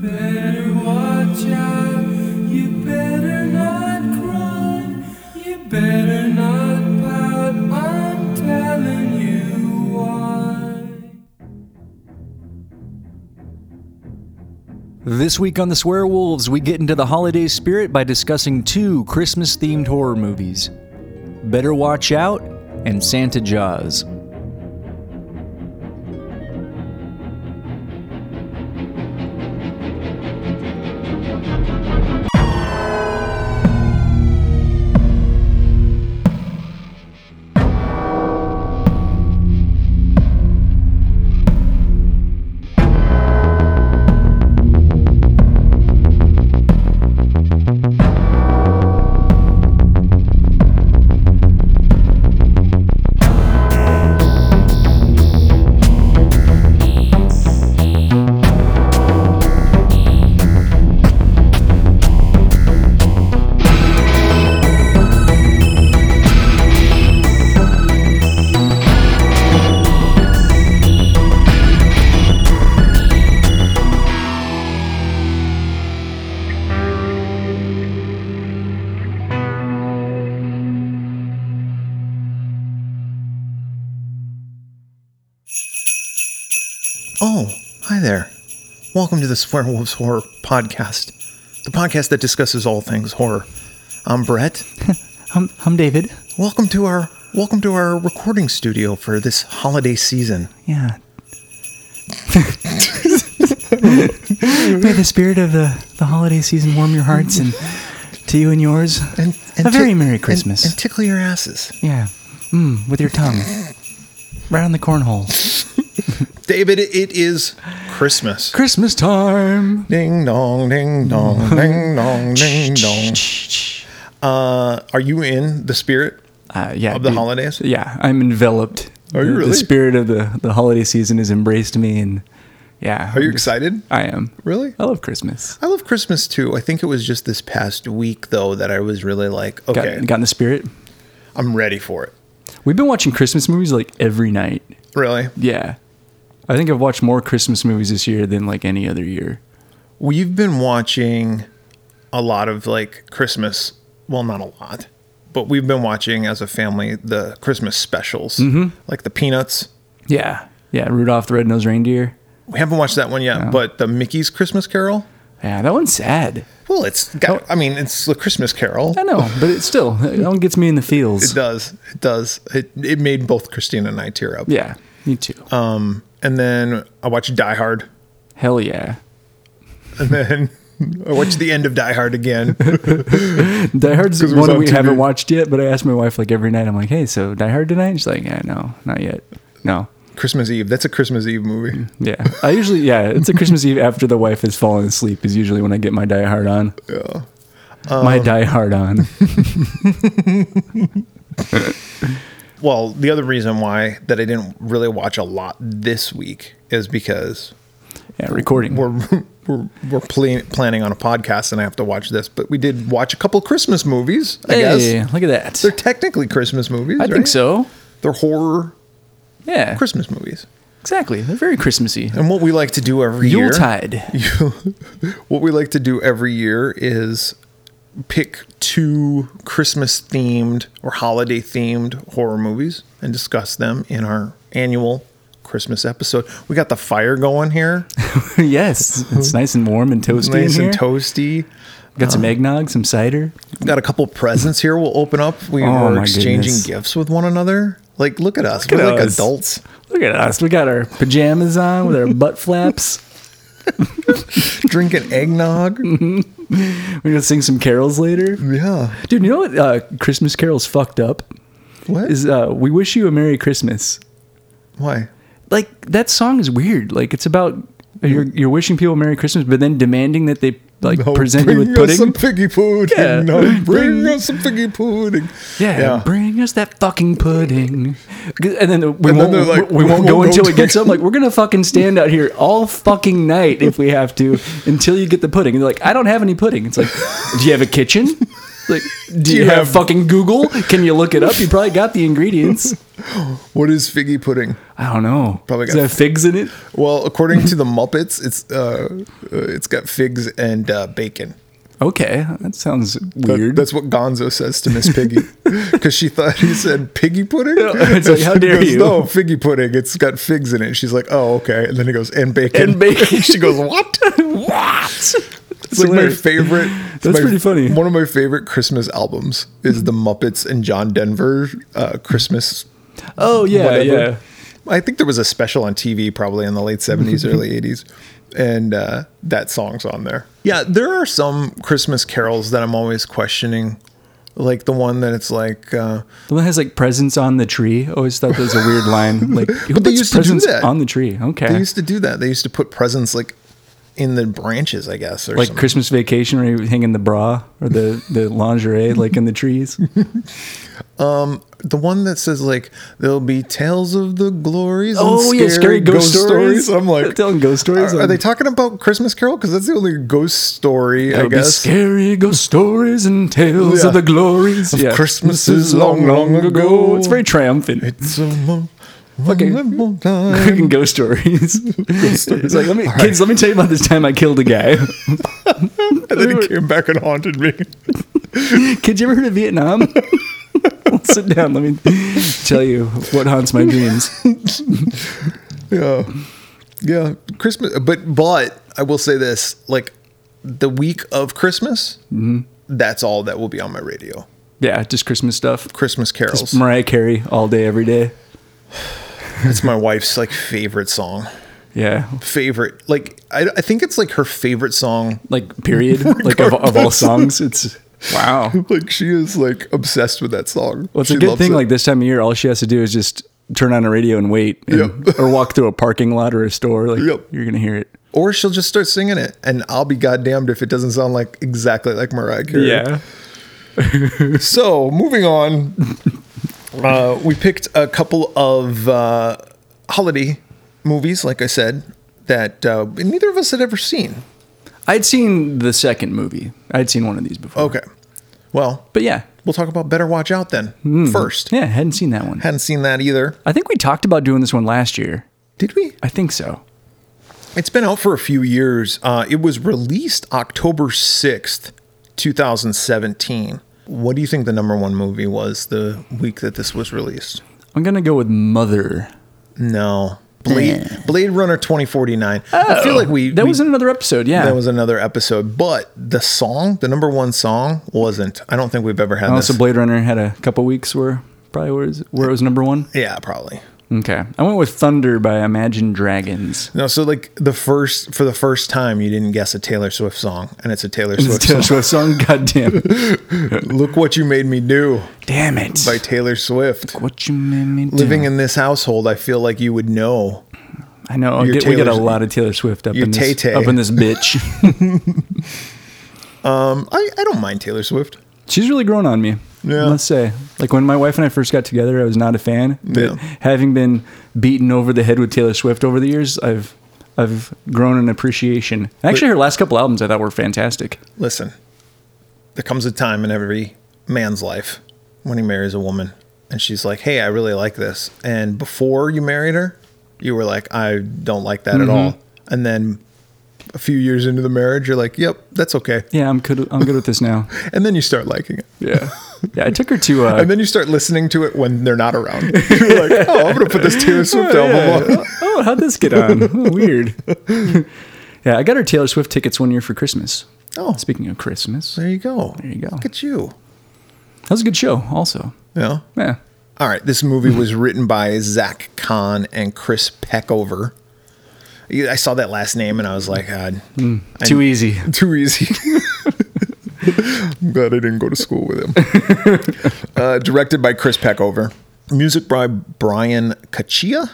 better watch out. You better not cry. You better not pout. I'm telling you why. This week on The Swear Wolves, we get into the holiday spirit by discussing two Christmas themed horror movies Better Watch Out and Santa Jaws. Oh, hi there. Welcome to the Swear Wolves Horror Podcast, the podcast that discusses all things horror. I'm Brett. I'm, I'm David. Welcome to our welcome to our recording studio for this holiday season. Yeah. May the spirit of the, the holiday season warm your hearts and to you and yours. And, and a very tick- Merry and- Christmas. And, tickle your asses. yeah. Mm, with your tongue. Right on the cornhole. David, it is Christmas. Christmas time! Ding dong, ding dong, ding dong, ding dong. Uh, are you in the spirit? uh, yeah, Of the dude. holidays? Yeah, I'm enveloped. Are you The- really? The spirit of the the holiday season has embraced me, and yeah. Are you excited? I am. Really? I love Christmas. I love Christmas too. I think it was just this past week though that I was really like, Got, okay, got in the spirit. I'm ready for it. We've been watching Christmas movies like every night. Really? Yeah, I think I've watched more Christmas movies this year than like any other year. We've been watching a lot of like Christmas, well, not a lot, but we've been watching as a family the Christmas specials, like the Peanuts. Yeah, yeah. Rudolph the Red-Nosed Reindeer. We haven't watched that one yet, but the Mickey's Christmas Carol. Yeah, that one's sad. Well, it's got, I mean, it's the Christmas Carol. I know, but it's still that one gets me in the It feels. does. It does. It, it made both Christina and I tear up. Yeah, me too. Um, And then I watched Die Hard. Hell yeah. And then I watched the end of Die Hard again. Die Hard's 'Cause it was one on we TV. haven't watched yet, but I asked my wife like every night. I'm like, "Hey, so Die Hard tonight?" She's like, "Yeah, no, not yet. No, Christmas Eve. That's a Christmas Eve movie. yeah." I usually, yeah, it's a Christmas Eve after the wife has fallen asleep is usually when I get my Die Hard on. Yeah, my Um, Die Hard on. Well, the other reason why that I didn't really watch a lot this week is because Yeah, recording. we're we're, we're pl- planning on a podcast and I have to watch this. But we did watch a couple Christmas movies. I hey, guess look at that. they're technically Christmas movies. I think right? so. They're horror Yeah, Christmas movies. exactly. They're very Christmassy. And what we like to do every year, Yuletide. what we like to do every year is pick two Christmas themed or holiday themed horror movies and discuss them in our annual Christmas episode. We got the fire going here. yes, it's nice and warm and toasty nice in here. and Uh-huh. toasty. Got some eggnog, some cider. Got a couple presents here. We'll open up. We Oh, were my exchanging goodness. gifts with one another. Like, look at us. Look at we're like us. adults. Look at us. We got our pajamas on with our butt flaps. Drinking eggnog. We're gonna sing some carols later. yeah. Dude, you know what uh, Christmas carols fucked up What? is uh, "We Wish You a Merry Christmas." Why? Like that song is weird. Like it's about you're you're wishing people Merry Christmas, but then demanding that they like Oh, present you bring with us pudding. some figgy pudding. Yeah. No, bring Bring- us some figgy pudding. yeah, Yeah. bring us that fucking pudding. And then we And then won't they're like, we, we won't won't go go until to- it gets up. Like we're gonna fucking stand out here all fucking night if we have to until you get the pudding. And they're like, I don't have any pudding. It's like, do you have a kitchen? Like, do, you, you have, have- fucking Google? Can you look it up? You probably got the ingredients. What is figgy pudding? I don't know. Probably Does got- it have figs in it? Well, according to the Muppets, it's uh, uh, it's got figs and uh, bacon. Okay, that sounds That- weird. that's what Gonzo says to Miss Piggy because she thought he said piggy pudding. It's like, how She dare goes, you. No, figgy pudding. It's got figs in it. She's like, oh, okay. And then he goes, and bacon. And bacon. she goes, what? what? It's like my favorite. it's That's my- pretty funny. One of my favorite Christmas albums is the Muppets and John Denver uh, Christmas. Oh yeah, whatever. yeah. I think there was a special on TV probably in the late 70s, early 80s. And uh, that song's on there. Yeah, there are some Christmas carols that I'm always questioning. Like the one that it's like, uh, The one that has like presents on the tree. I always thought that was a weird line. Like, who But they puts used to do presents that. on the tree? they Okay, used to do that. They used to put presents like in the branches, I guess, or like something. Christmas vacation where you hanging the bra or the the lingerie like in the trees. the one that says like there'll be tales of the glories. and Oh, yeah, scary ghost stories. I'm like Telling ghost stories Are, are on- they talking about Christmas Carol? Because that's the only ghost story There'll I guess. Be scary ghost stories and tales Yeah. of the glories Of Christmases long, long ago. It's very triumphant. It's a mo- Okay. wonderful time. Fucking ghost stories. It's like, let me, kids, let me tell you about this time I killed a guy. and then he came back and haunted me. kids, you ever heard of Vietnam? Sit down. Let me tell you what haunts my dreams. Yeah, yeah. Christmas, but but I will say this: like the week of Christmas, Mm-hmm. that's all that will be on my radio. Yeah, just Christmas stuff. Christmas carols. Mariah Carey all day, every day. That's my wife's like favorite song. Yeah, Favorite, like I, I think it's like her favorite song like period, like of, of all songs. It's wow. like she is like obsessed with that song. Well, it's she a good loves thing. it. Like this time of year, all she has to do is just turn on a radio and wait, and- Yep. or walk through a parking lot or a store. Like Yep. you're gonna hear it. or she'll just start singing it, and I'll be goddamned if it doesn't sound like exactly like Mariah Carey. So moving on, uh, we picked a couple of uh, holiday movies, like I said, that uh, neither of us had ever seen. I'd seen the second movie. I'd seen one of these before. Okay, well, But yeah, we'll talk about Better Watch Out then. First, yeah, hadn't seen that one. hadn't seen that either. Hmm. I think we talked about doing this one last year. Did we? I think so. It's been out for a few years. Uh, it was released October 6th, 2017. What do you think the number one movie was the week that this was released? I'm gonna go with Mother. No. Blade, Blade Runner 2049. I feel like we. Oh, That we- was in another episode. Yeah. that was another episode, but the song, the number one song, wasn't. I don't think we've ever had also, this. Blade Runner had a couple weeks where probably where it was, where it was number one. yeah, probably. Okay, I went with Thunder by Imagine Dragons. No, so like the first for the first time, you didn't guess a Taylor Swift song, and it's a Taylor It's a Swift Taylor song. Swift song. God damn. Look what you made me do damn it. by Taylor Swift. what you made me do. Living in this household, I feel like you would know. I know. I Your Get, we got a Taylor's- lot of Taylor Swift up your in this, Tay-Tay. up in this bitch. I, I don't mind Taylor Swift. She's really grown on me. Yeah. I must say. Like when my wife and I first got together, I was not a fan. But Yeah. having been beaten over the head with Taylor Swift over the years, I've I've grown in appreciation. Actually, her last couple albums I thought were fantastic. Listen, there comes a time in every man's life when he marries a woman and she's like, hey, I really like this. And before you married her, you were like, I don't like Mm-hmm. that at all. And then a few years into the marriage, you're like, yep, that's okay. Yeah, I'm good. I'm good with this now. And then you start liking it. Yeah, yeah. I took her to. Uh, And then you start listening to it when they're not around. You're like, oh, I'm going to put this Taylor Swift album on. oh, how'd this get on? Oh, weird. yeah, I got her Taylor Swift tickets one year for Christmas. Oh, Speaking of Christmas, that there you go. There you go. Look at you. was a good show. Also, Yeah. yeah. All right, this movie was written by Zach Kahn and Chris Peckover. Yeah, I saw that last name and I was like, God, I- Hmm. Too easy. Too easy. I'm glad I didn't go to school with him. uh, directed by Chris Peckover. Music by Brian Kachia.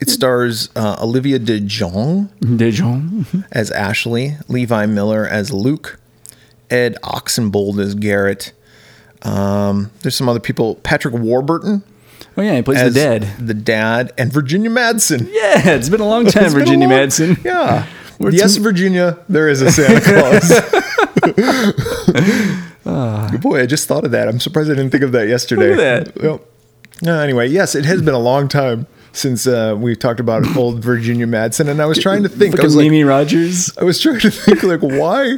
It stars uh, Olivia De Jong Dijon. as Ashley, Levi Miller as Luke, Ed Oxenbold as Garrett. Um, there's some other people. Patrick Warburton Oh yeah, he plays as the dead. the dad, and Virginia Madsen. Yeah, it's been a long time, It's been a Virginia long- Madsen. Yeah. We're yes, too- Virginia, there is a Santa Claus. Good boy. I just thought of that. I'm surprised I didn't think of that yesterday. Look at that. Yep. No, anyway, yes, it has been a long time since uh, we talked about old Virginia Madsen, and I was trying to think. I Fucking was like, Mimi Rogers. I was trying to think like why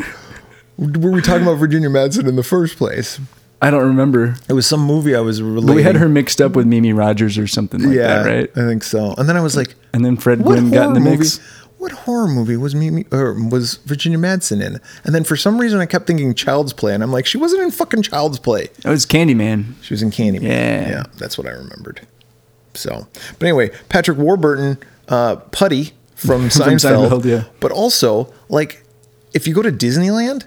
were we talking about Virginia Madsen in the first place? I don't remember. It was some movie I was related. But we had her mixed up with Mimi Rogers or something like yeah, that, right? I think so. And then I was like, And then Fred what Gwynn horror got in the movie? mix. What horror movie was Mimi or was Virginia Madsen in? And then for some reason I kept thinking Child's Play, and I'm like, she wasn't in fucking Child's Play. It was Oh, Candyman. She was in Candyman. Yeah. yeah, that's what I remembered. So, but anyway, Patrick Warburton, uh, Putty from Seinfeld, Seinfeld, yeah. but also like if you go to Disneyland,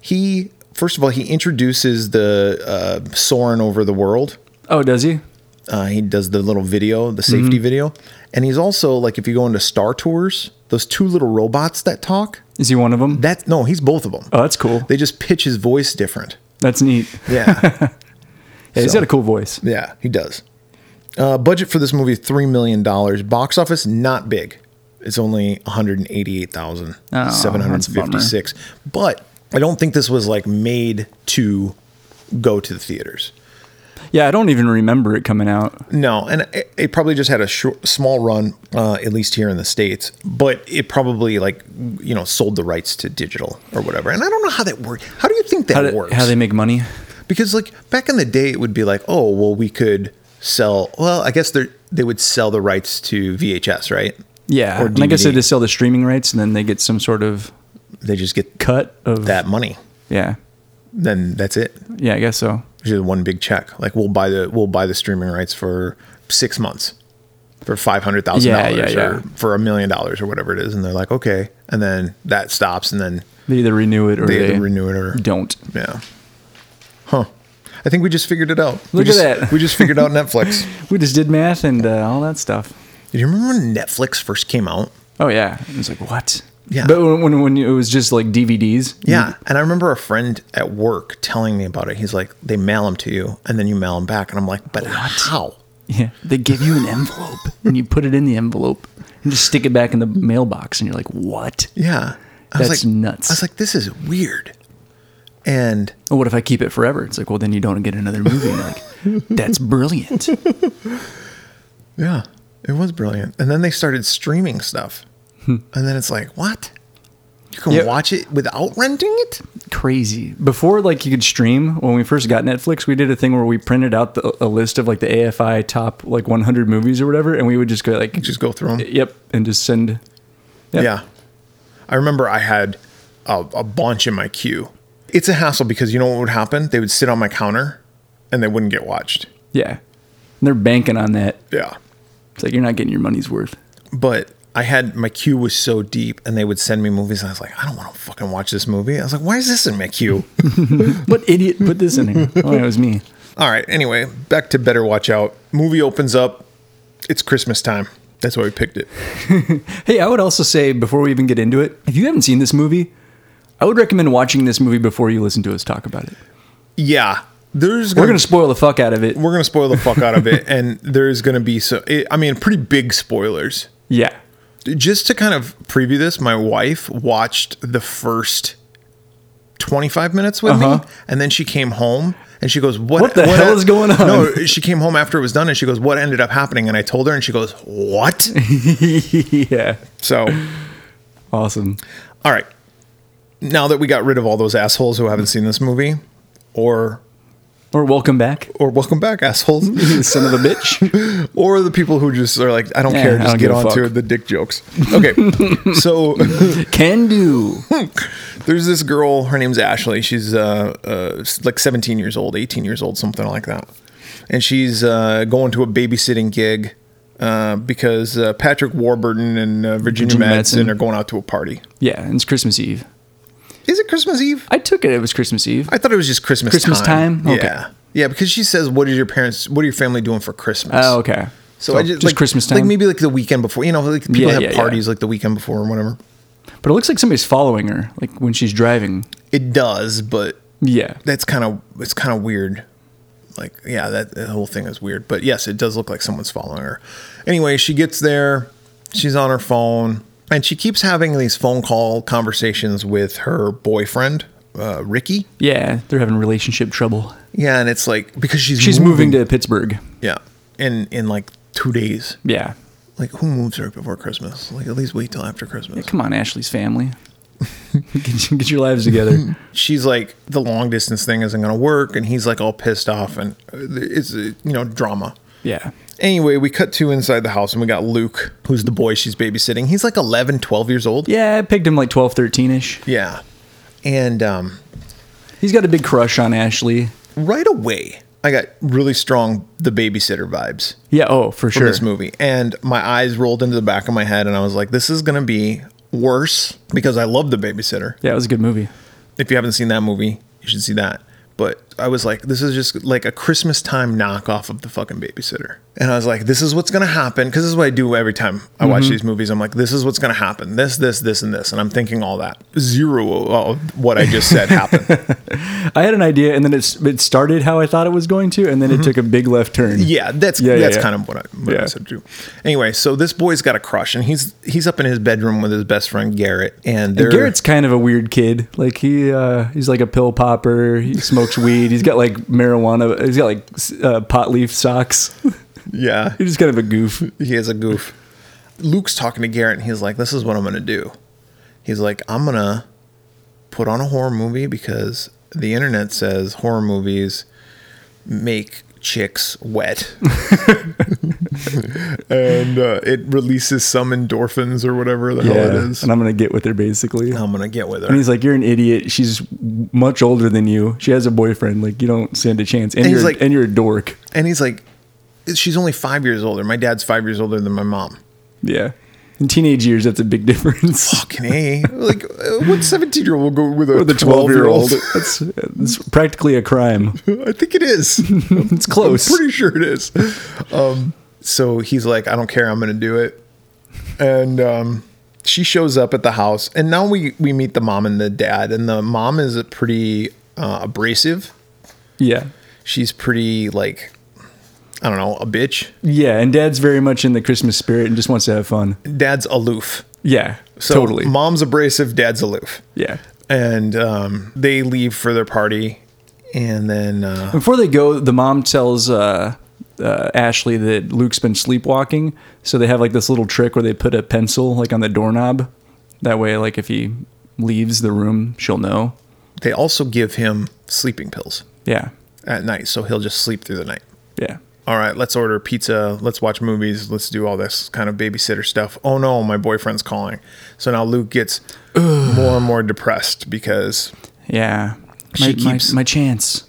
he first of all he introduces the uh, Soren over the world. Oh, does he? Uh, he does the little video, the safety video, and he's also like if you go into Star Tours, those two little robots that talk. Is he one of them? That's no, he's both of them. oh, that's cool. They just pitch his voice different. That's neat. Yeah. Yeah, he's So- got a cool voice. Yeah, he does. Uh, budget for this movie three million dollars. Box office not big. It's only one hundred eighty-eight thousand seven hundred fifty-six. But I don't think this was like made to go to the theaters. Yeah, I don't even remember it coming out. No, and it, it probably just had a short, small run, uh, at least here in the states. But it probably like you know sold the rights to digital or whatever. And I don't know how that works. How do you think that How, did, works? how they make money? because like back in the day it would be like oh well we could sell well i guess they they would sell the rights to vhs right Yeah, Or and like I said, DVD. they sell the streaming rights, and then they get some sort of they just get cut of that money Yeah, then that's it yeah, I guess so. It's just one big check like we'll buy the we'll buy the streaming rights for six months for five hundred thousand Yeah, yeah, dollars yeah. or for a million dollars or whatever it is and they're like okay and then that stops and then They either renew it or they, they, renew it or don't. yeah huh i think we just figured it out we Look at just, that. we just figured out netflix We just did math and uh, all that stuff. do you remember when netflix first came out Oh yeah, it was like what? Yeah. but when, when when it was just like DVDs. Yeah, and I remember a friend at work telling me about it. He's like, "They mail them to you, and then you mail them back." And I'm like, "But how?" Yeah, they give you an envelope and you put it in the envelope and just stick it back in the mailbox, and you're like, what? Yeah, I That's was like, nuts. I was like, "This is weird." And Oh, what if I keep it forever? It's like, well, then you don't get another movie. And you're like, that's brilliant. yeah, it was brilliant. And then they started streaming stuff, and then it's like, "What? You can Yeah. watch it without renting it?" crazy. Before like you could stream, when we first got Netflix, we did a thing where we printed out the, a list of like the AFI top like 100 movies or whatever, and we would just go like, Just go through them. yep, and just send. Yep. Uh, Yeah. I remember I had a, a bunch in my queue. It's a hassle because you know what would happen? They would sit on my counter, and they wouldn't get watched. Yeah, and they're banking on that. Yeah. It's like you're not getting your money's worth. but I had my queue was so deep, and they would send me movies, and I was like, I don't want to fucking watch this movie. I was like, why is this in my queue? What idiot put this in here? Oh, it was me. All right. Anyway, back to Better Watch Out. Movie opens up. It's Christmas time. That's why we picked it. Hey, I would also say before we even get into it, if you haven't seen this movie, I would recommend watching this movie before you listen to us talk about it. Yeah, there's We're gonna spoil the fuck out of it. we're gonna spoil the fuck out of it, and there's gonna be so it, I mean pretty big spoilers. Yeah. Just to kind of preview this, my wife watched the first 25 minutes with Uh-huh. me and then she came home and she goes what, What the hell is going on? no she came home after it was done and she goes what ended up happening and i told her and she goes what yeah. so Awesome. all right now that we got rid of all those assholes who haven't seen this movie or Or welcome back, or welcome back assholes son of a bitch. or the people who just are like i don't Yeah, care I just don't get give a on to fuck. the dick jokes okay so Can do. There's this girl. Her name's Ashley. She's uh, uh, s- like 17 years old, 18 years old, something like that. And she's uh, going to a babysitting gig uh, because uh, Patrick Warburton and uh, Virginia, Virginia Madsen Madsen. are going out to a party. Yeah, and it's Christmas Eve. Is it Christmas Eve? I took it. It was Christmas Eve. I thought it was just Christmas. Christmas time? Okay. Yeah. Yeah, because she says, "What is your parents? What are your family doing for Christmas?" Oh, okay. So, I just, like Christmas like time. maybe like the weekend before. You know, like people Yeah, have yeah, yeah. parties like the weekend before or whatever. but it looks like somebody's following her, like when she's driving. It does, but Yeah. that's kind of it's kind of weird. Like, yeah, that, that whole thing is weird. But yes, it does look like someone's following her. Anyway, she gets there, she's on her phone, and she keeps having these phone call conversations with her boyfriend uh, Ricky. Yeah, they're having relationship trouble. Yeah, and it's like because she's She's moving, to Pittsburgh. yeah, in in like two days. Yeah. Like who moves right before Christmas? Like at least wait till after Christmas. Come on, Ashley's family. get, get your lives together. She's like the long distance thing isn't going to work, and he's like all pissed off, and uh, it's uh, you know drama. Yeah. Anyway, we cut to inside the house and we got Luke, who's the boy she's babysitting. He's like 11, 12 years old. Yeah, I picked him like 12, 13 ish. Yeah. And um, He's got a big crush on Ashley. right away, I got really strong the babysitter vibes Yeah, oh, for from sure. this movie. And my eyes rolled into the back of my head and I was like, this is going to be worse because I love the babysitter. Yeah, it was a good movie. If you haven't seen that movie, you should see that. But I was like, this is just like a Christmas time knockoff of the fucking babysitter. And I was like, this is what's gonna happen. Cause this is what I do every time I watch these movies. I'm like, this is what's gonna happen. This, this, this, and this. And I'm thinking all that. Zero of what I just said happened. I had an idea, and then it's, it started how I thought it was going to, and then it took a big left turn. yeah, that's Yeah, yeah, that's yeah. kind of what I, what I Yeah. said too. Anyway, so this boy's got a crush and he's he's up in his bedroom with his best friend Garrett. And, they're- Garrett's kind of a weird kid. Like he, uh, he's like a pill popper. He smokes weed. He's got like marijuana. He's got like s- uh, pot leaf socks. Yeah. he's just kind of a goof. He is a goof. Luke's talking to Garrett and he's like, This is what I'm going to do. He's like, I'm going to put on a horror movie because the internet says horror movies make chicks wet. and uh, it releases some endorphins or whatever the hell it is. Oh, and I'm gonna get with her basically. I'm going to get with her. And he's like, "You're an idiot. She's much older than you. She has a boyfriend. Like you don't stand a chance. And, And he's you're like- and you're a dork. and he's like, She's only five years older. My dad's five years older than my mom. Yeah. In teenage years, that's a big difference. Fucking A. Like, uh, what 17 year old will go with a With a 12 year old? that's, that's practically a crime. I think it is. It's close. I'm pretty sure it is. Um, so he's like, I don't care. I'm going to do it. And um, she shows up at the house. And now we, we meet the mom and the dad. And the mom is a pretty uh, abrasive. yeah. She's pretty, like, I don't know, a bitch. Yeah, and dad's very much in the Christmas spirit and just wants to have fun. Dad's aloof. Yeah, So totally. Mom's abrasive, dad's aloof. yeah. And um, they leave for their party. And then uh, Before they go, the mom tells uh, uh, Ashley that Luke's been sleepwalking. So they have like this little trick where they put a pencil like on the doorknob. That way, like if he leaves the room, she'll know. they also give him sleeping pills Yeah, at night. So he'll just sleep through the night. yeah. all right, let's order pizza, let's watch movies, let's do all this kind of babysitter stuff. Oh no, my boyfriend's calling. So now Luke gets more and more depressed because Yeah. My, She my- keeps- my, chance.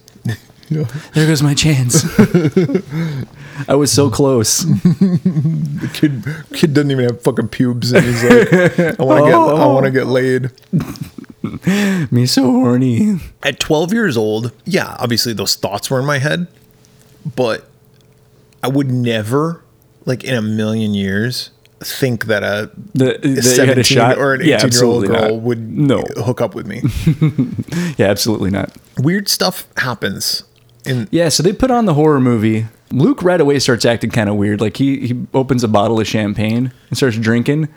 There goes my chance. I was so close. the kid kid doesn't even have fucking pubes and he's like, I wanna get I wanna get laid. Me so horny. At twelve years old, yeah, obviously those thoughts were in my head, but I would never, like in a million years, think that a The, that you had a seventeen shot or an Yeah, eighteen year old absolutely girl not. would no. hook up with me. Yeah, absolutely not. Weird stuff happens in Yeah, so they put on the horror movie. Luke right away starts acting kind of weird. Like he he opens a bottle of champagne and starts drinking,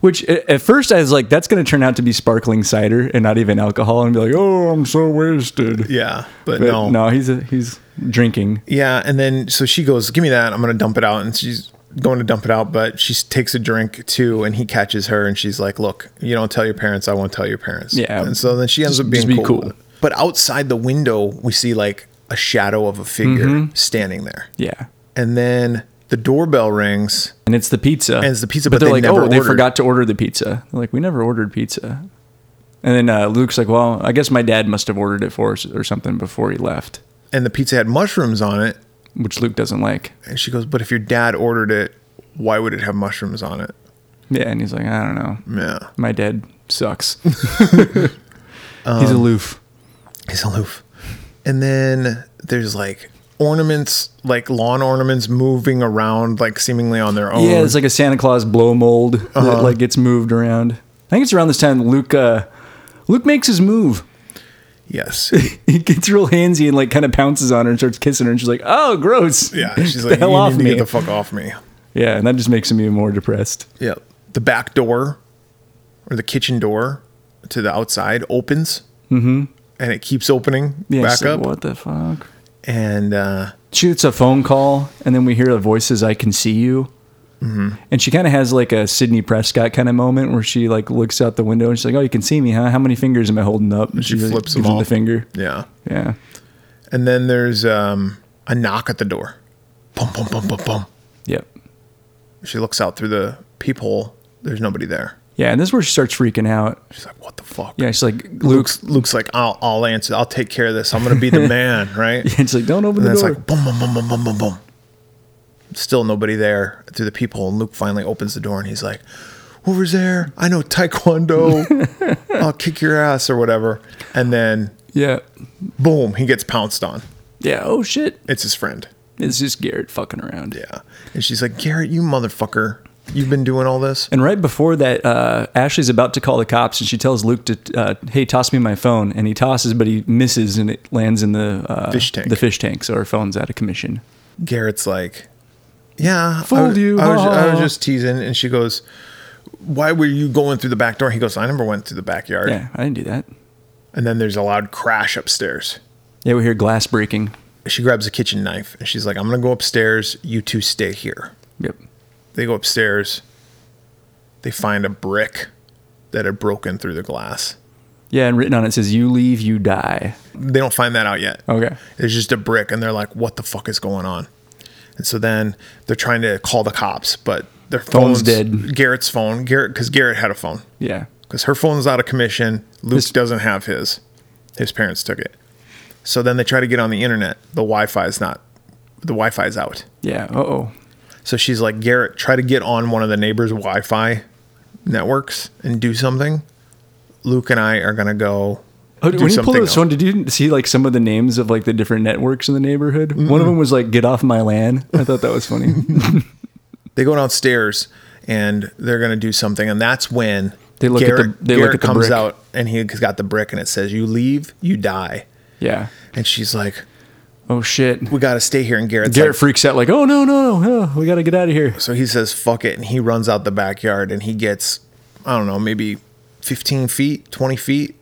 which a- at first I was like, that's going to turn out to be sparkling cider and not even alcohol, and be like, oh, I'm so wasted. Yeah, but, But no. no, he's a, he's drinking. Yeah, and then so she goes, "Give me that. I'm going to dump it out." And she's going to dump it out, but she takes a drink too, and he catches her, and she's like, "Look, you don't tell your parents. I won't tell your parents." Yeah. and so then she ends up being be cool. cool. with it. But outside the window, we see like a shadow of a figure Mm-hmm. standing there, Yeah, and then the doorbell rings. and it's the pizza. And it's the pizza, but they like, never oh, they ordered." forgot to order the pizza. They're like, we never ordered pizza. And then uh, Luke's like, well, I guess my dad must have ordered it for us or something before he left, And the pizza had mushrooms on it, which Luke doesn't like. and she goes, "But if your dad ordered it, why would it have mushrooms on it?" Yeah, and he's like, I don't know. Yeah, my dad sucks. He's Um, aloof. He's aloof. And then there's like ornaments, like lawn ornaments moving around, like seemingly on their own. Yeah, it's like a Santa Claus blow mold Uh-huh. that like gets moved around. I think it's around this time Luke uh, Luke makes his move. yes. He gets real handsy and like kind of pounces on her and starts kissing her, and she's like, "Oh, gross!" Yeah. She's Get like, the hell you off need to me." get the fuck off me. yeah, and that just makes him even more depressed. Yeah. The back door or the kitchen door to the outside opens. Mm-hmm. and it keeps opening Yeah, back it's like, up. What the fuck? And uh, She gets a phone call, and then we hear the voices. I can see you. Mm-hmm. And she kind of has like a Sydney Prescott kind of moment where she like looks out the window and she's like, "Oh, you can see me, huh? How many fingers am I holding up?" And she like, gives flips them him the off. finger. yeah, Yeah. and then there's um, a knock at the door. Bum bum bum bum bum. Yep. She looks out through the peephole. There's nobody there. Yeah, and this is where she starts freaking out. She's like, "What the fuck?" Yeah, she's like, Luke's Luke's like, "I'll I'll answer. I'll take care of this. I'm gonna be the man, right?" and she's like, "Don't open the And then it's door." like boom, boom, boom, boom, boom, boom, boom. Still nobody there through the peephole. And Luke finally opens the door and he's like, Whoever's there, I know Taekwondo. I'll kick your ass or whatever. And then yeah. boom, he gets pounced on. Yeah. Oh shit. It's his friend. It's just Garrett fucking around. Yeah. And she's like, Garrett, you motherfucker. You've been doing all this. And right before that, uh, Ashley's about to call the cops, and she tells Luke to, uh, "Hey, toss me my phone." And he tosses, but he misses, and it lands in the uh, Fish tank. The fish tank. So her phone's out of commission. Garrett's like, Yeah. I Fooled was- you, I was, I was ha." just teasing. And she goes, Why were you going through the back door? He goes, I never went through the backyard. Yeah, I didn't do that. And then there's a loud crash upstairs. Yeah, we hear glass breaking. she grabs a kitchen knife and she's like, I'm gonna go upstairs. You two stay here. Yep. They go upstairs. They find a brick that had broken through the glass. Yeah, and written on it says, "You leave, you die." They don't find that out yet. Okay. It's just a brick, and they're like, What the fuck is going on? And so then they're trying to call the cops, but their Phone's phone's, dead. Garrett's phone, Garrett, because Garrett had a phone, Yeah. because her phone's out of commission. Luke This- doesn't have his. His parents took it. So then they try to get on the internet. The Wi Fi is not, the Wi Fi is out. Yeah. Uh oh. So she's like, Garrett, try to get on one of the neighbors' Wi Fi networks and do something. Luke and I are going to go. do Oh, When he pulled something out his phone, did you see like some of the names of like the different networks in the neighborhood? One of them was like "Get off my land." I thought that was funny. They go downstairs and they're going to do something. And that's when They look at the- Garrett, they look Garrett at the comes brick. out and he's got the brick and it says, You leave, you die. yeah. And she's like, Oh shit. We got to stay here. And Garrett's Garrett like, freaks out like, "Oh no, no, no! Oh, we got to get out of here." So he says, Fuck it. And he runs out the backyard and he gets, I don't know, maybe 15 feet, 20 feet.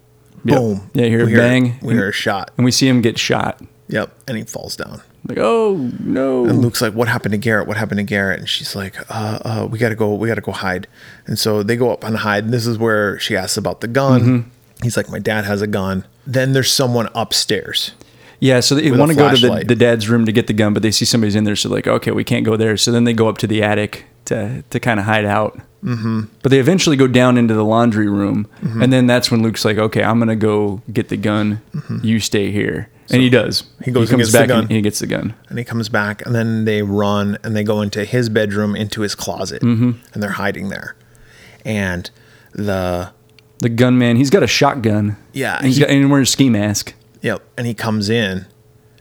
Yep. Boom. Yeah, you hear a we bang. we hear a shot. And we see him get shot. Yep. And he falls down. Like, oh And no! Luke's like, "What happened to Garrett? What happened to Garrett?" And she's like, "Uh, uh, we gotta go. We gotta go hide." And so they go up and hide. And this is where she asks about the gun. Mm-hmm. He's like, "My dad has a gun." Then there's someone upstairs. Yeah, so they With a want to go to the, flashlight. the dad's room to get the gun, but they see somebody's in there, so like, okay, we can't go there. So then they go up to the attic to to kind of hide out. Mm-hmm. But they eventually go down into the laundry room, Mm-hmm. and then that's when Luke's like, okay, I'm gonna go get the gun. You stay here, and he does. Mm-hmm. he goes and gets the back gun. and he gets the gun. And he comes back, and then they run and they go into his bedroom, into his closet, Mm-hmm. and they're hiding there. And the The gunman, he's got a shotgun. Yeah, and he's he- got and he wears a ski mask. Yep. And he comes in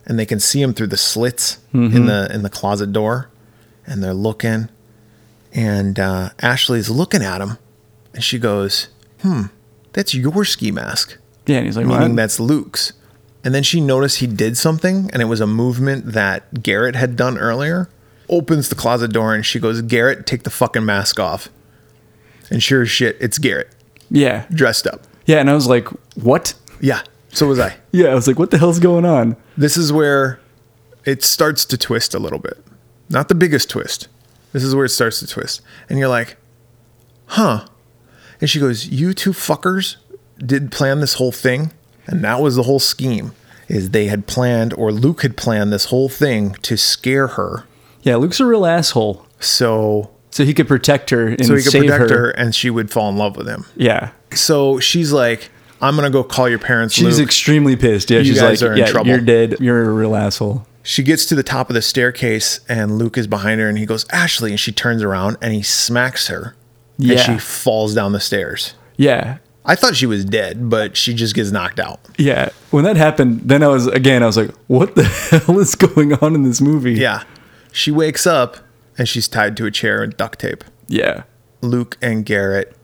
and they can see him through the slits Mm-hmm. in the in the closet door and they're looking and uh, Ashley's looking at him and she goes, "Hmm, that's your ski mask." Yeah, and he's like, Meaning what? that's Luke's. And then she noticed he did something and it was a movement that Garrett had done earlier. Opens the closet door and she goes, "Garrett, take the fucking mask off." And sure as shit, it's Garrett yeah, dressed up. yeah. And I was like, what? Yeah, so was I. Yeah, I was like, what the hell's going on? this is where it starts to twist a little bit. Not the biggest twist. This is where it starts to twist. And you're like, huh. And she goes, You two fuckers did plan this whole thing. And that was the whole scheme. Is they had planned or Luke had planned this whole thing to scare her. Yeah, Luke's a real asshole. So So he could protect her and so he could save protect her. her. and she would fall in love with him. Yeah. So she's like, I'm gonna go call your parents. She's Luke. extremely pissed. Yeah, she's guys like, are in yeah, trouble." you're dead. You're a real asshole. She gets to the top of the staircase and Luke is behind her and he goes, Ashley. And she turns around and he smacks her. And Yeah. she falls down the stairs. Yeah. I thought she was dead, but she just gets knocked out. Yeah. When that happened, then I was, again, I was like, what the hell is going on in this movie? Yeah. She wakes up and she's tied to a chair with duct tape. Yeah. Luke and Garrett.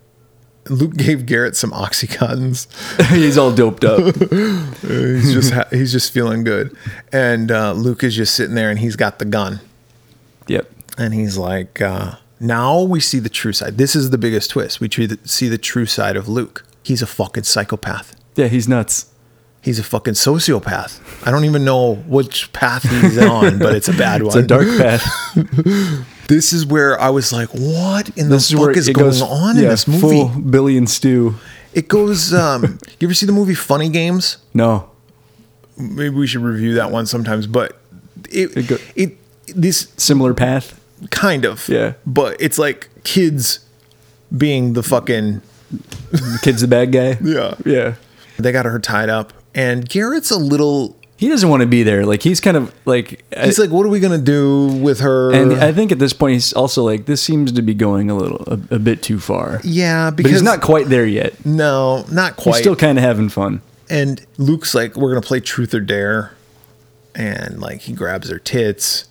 Luke gave Garrett some Oxycontins. He's all doped up. He's just ha- he's just feeling good. And uh, Luke is just sitting there and he's got the gun. yep. and he's like, uh, now we see the true side. This is the biggest twist. We tr- see the true side of Luke. He's a fucking psychopath. Yeah, he's nuts. he's a fucking sociopath. I don't even know which path he's on, but it's a bad one. It's a dark path. This is where I was like, what in the fuck is it going on in yeah, this movie? Full Billy and Stew. It goes. Um, you ever see the movie Funny Games? No, Maybe we should review that one sometimes. But it It it, go- this similar path. kind of Yeah. But it's like kids being the fucking The kid's the bad guy. yeah. yeah. They got her tied up, and Garrett's a little. He doesn't want to be there. Like he's kind of like He's like, what are we gonna do with her? and uh, I think at this point he's also like this seems to be going a little a, a bit too far. yeah, because but he's not quite there yet. No, not quite. He's still kind of having fun. and Luke's like, we're gonna play Truth or Dare, and like he grabs her tits.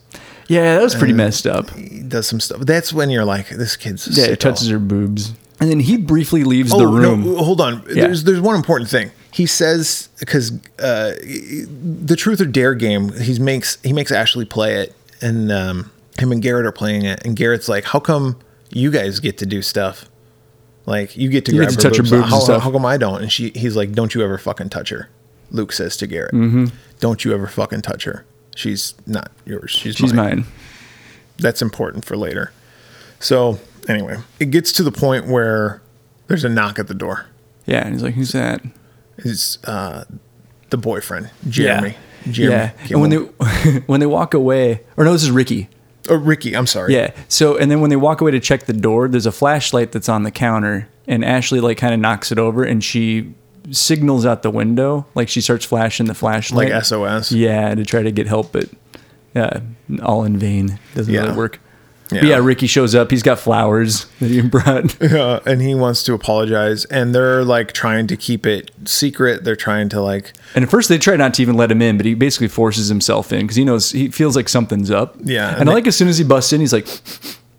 Yeah, that was pretty Mm. messed up. He does some stuff. That's when you're like, this kid's. Yeah, sicko. he touches her boobs, and then he briefly leaves Oh the room. no! Hold on. Yeah. There's there's one important thing. He says because uh, the truth or dare game. He makes he makes Ashley play it, and um, him and Garrett are playing it. And Garrett's like, "How come you guys get to do stuff? Like you get to You grab get her to touch her boobs. boobs and how, stuff." how come I don't?" And she he's like, "Don't you ever fucking touch her." Luke says to Garrett, Mm-hmm. "Don't you ever fucking touch her. She's not yours. She's, She's mine mine. that's important for later. So anyway, it gets to the point where there's a knock at the door. Yeah, and he's like, "Who's that?" It's uh, the boyfriend, Jeremy. Yeah. Jeremy. yeah. And when they when they walk away, or no, this is Ricky. oh, Ricky, I'm sorry. Yeah. So and then when they walk away to check the door, there's a flashlight that's on the counter, and Ashley like kind of knocks it over, and she signals out the window, like she starts flashing the flashlight, like SOS. Yeah, to try to get help, but uh, all in vain. Doesn't Yeah. really work. Yeah. But yeah, Ricky shows up. He's got flowers that he brought. Uh, and he wants to apologize, and they're like trying to keep it secret. They're trying to like, And at first, they try not to even let him in, but he basically forces himself in because he knows he feels like something's up. Yeah, And, and I they- like as soon as he busts in, he's like,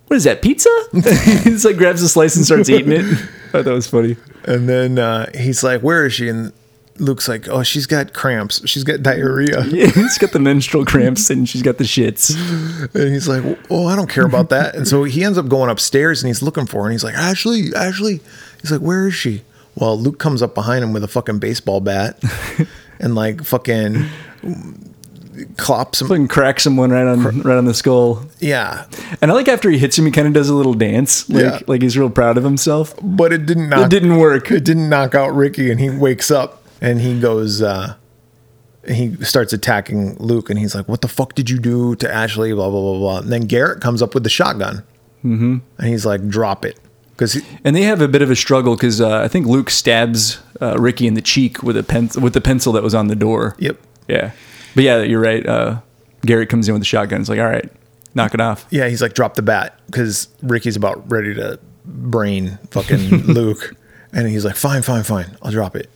"What is that pizza?" he's like grabs a slice and starts eating it. I thought that was funny. and then uh, he's like, "Where is she?" And Luke's like, "Oh, she's got cramps. She's got diarrhea." he's got the menstrual cramps and she's got the shits. And he's like, "Oh, I don't care about that." And so he ends up going upstairs and he's looking for her. And he's like, "Ashley, Ashley." He's like, "Where is she?" Well, Luke comes up behind him with a fucking baseball bat and like fucking clops him. Fucking crack someone right on right on the skull. Yeah, And I like after he hits him, he kind of does a little dance, like Yeah. Uh, like he's real proud of himself. but it didn't knock. It didn't work. It didn't knock out Ricky, and he wakes up and he goes. uh he starts attacking Luke, and he's like, "What the fuck did you do to Ashley?" Blah blah blah blah. And then Garrett comes up with the shotgun, mm-hmm. and he's like, "Drop it," because And they have a bit of a struggle because uh, I think Luke stabs uh, Ricky in the cheek with a pen- with the pencil that was on the door. yep, Yeah. But yeah, you're right. Uh, Garrett comes in with a shotgun. It's like, all right, knock it off. Yeah, he's like, drop the bat because Ricky's about ready to brain fucking Luke. And he's like, fine, fine, fine. I'll drop it.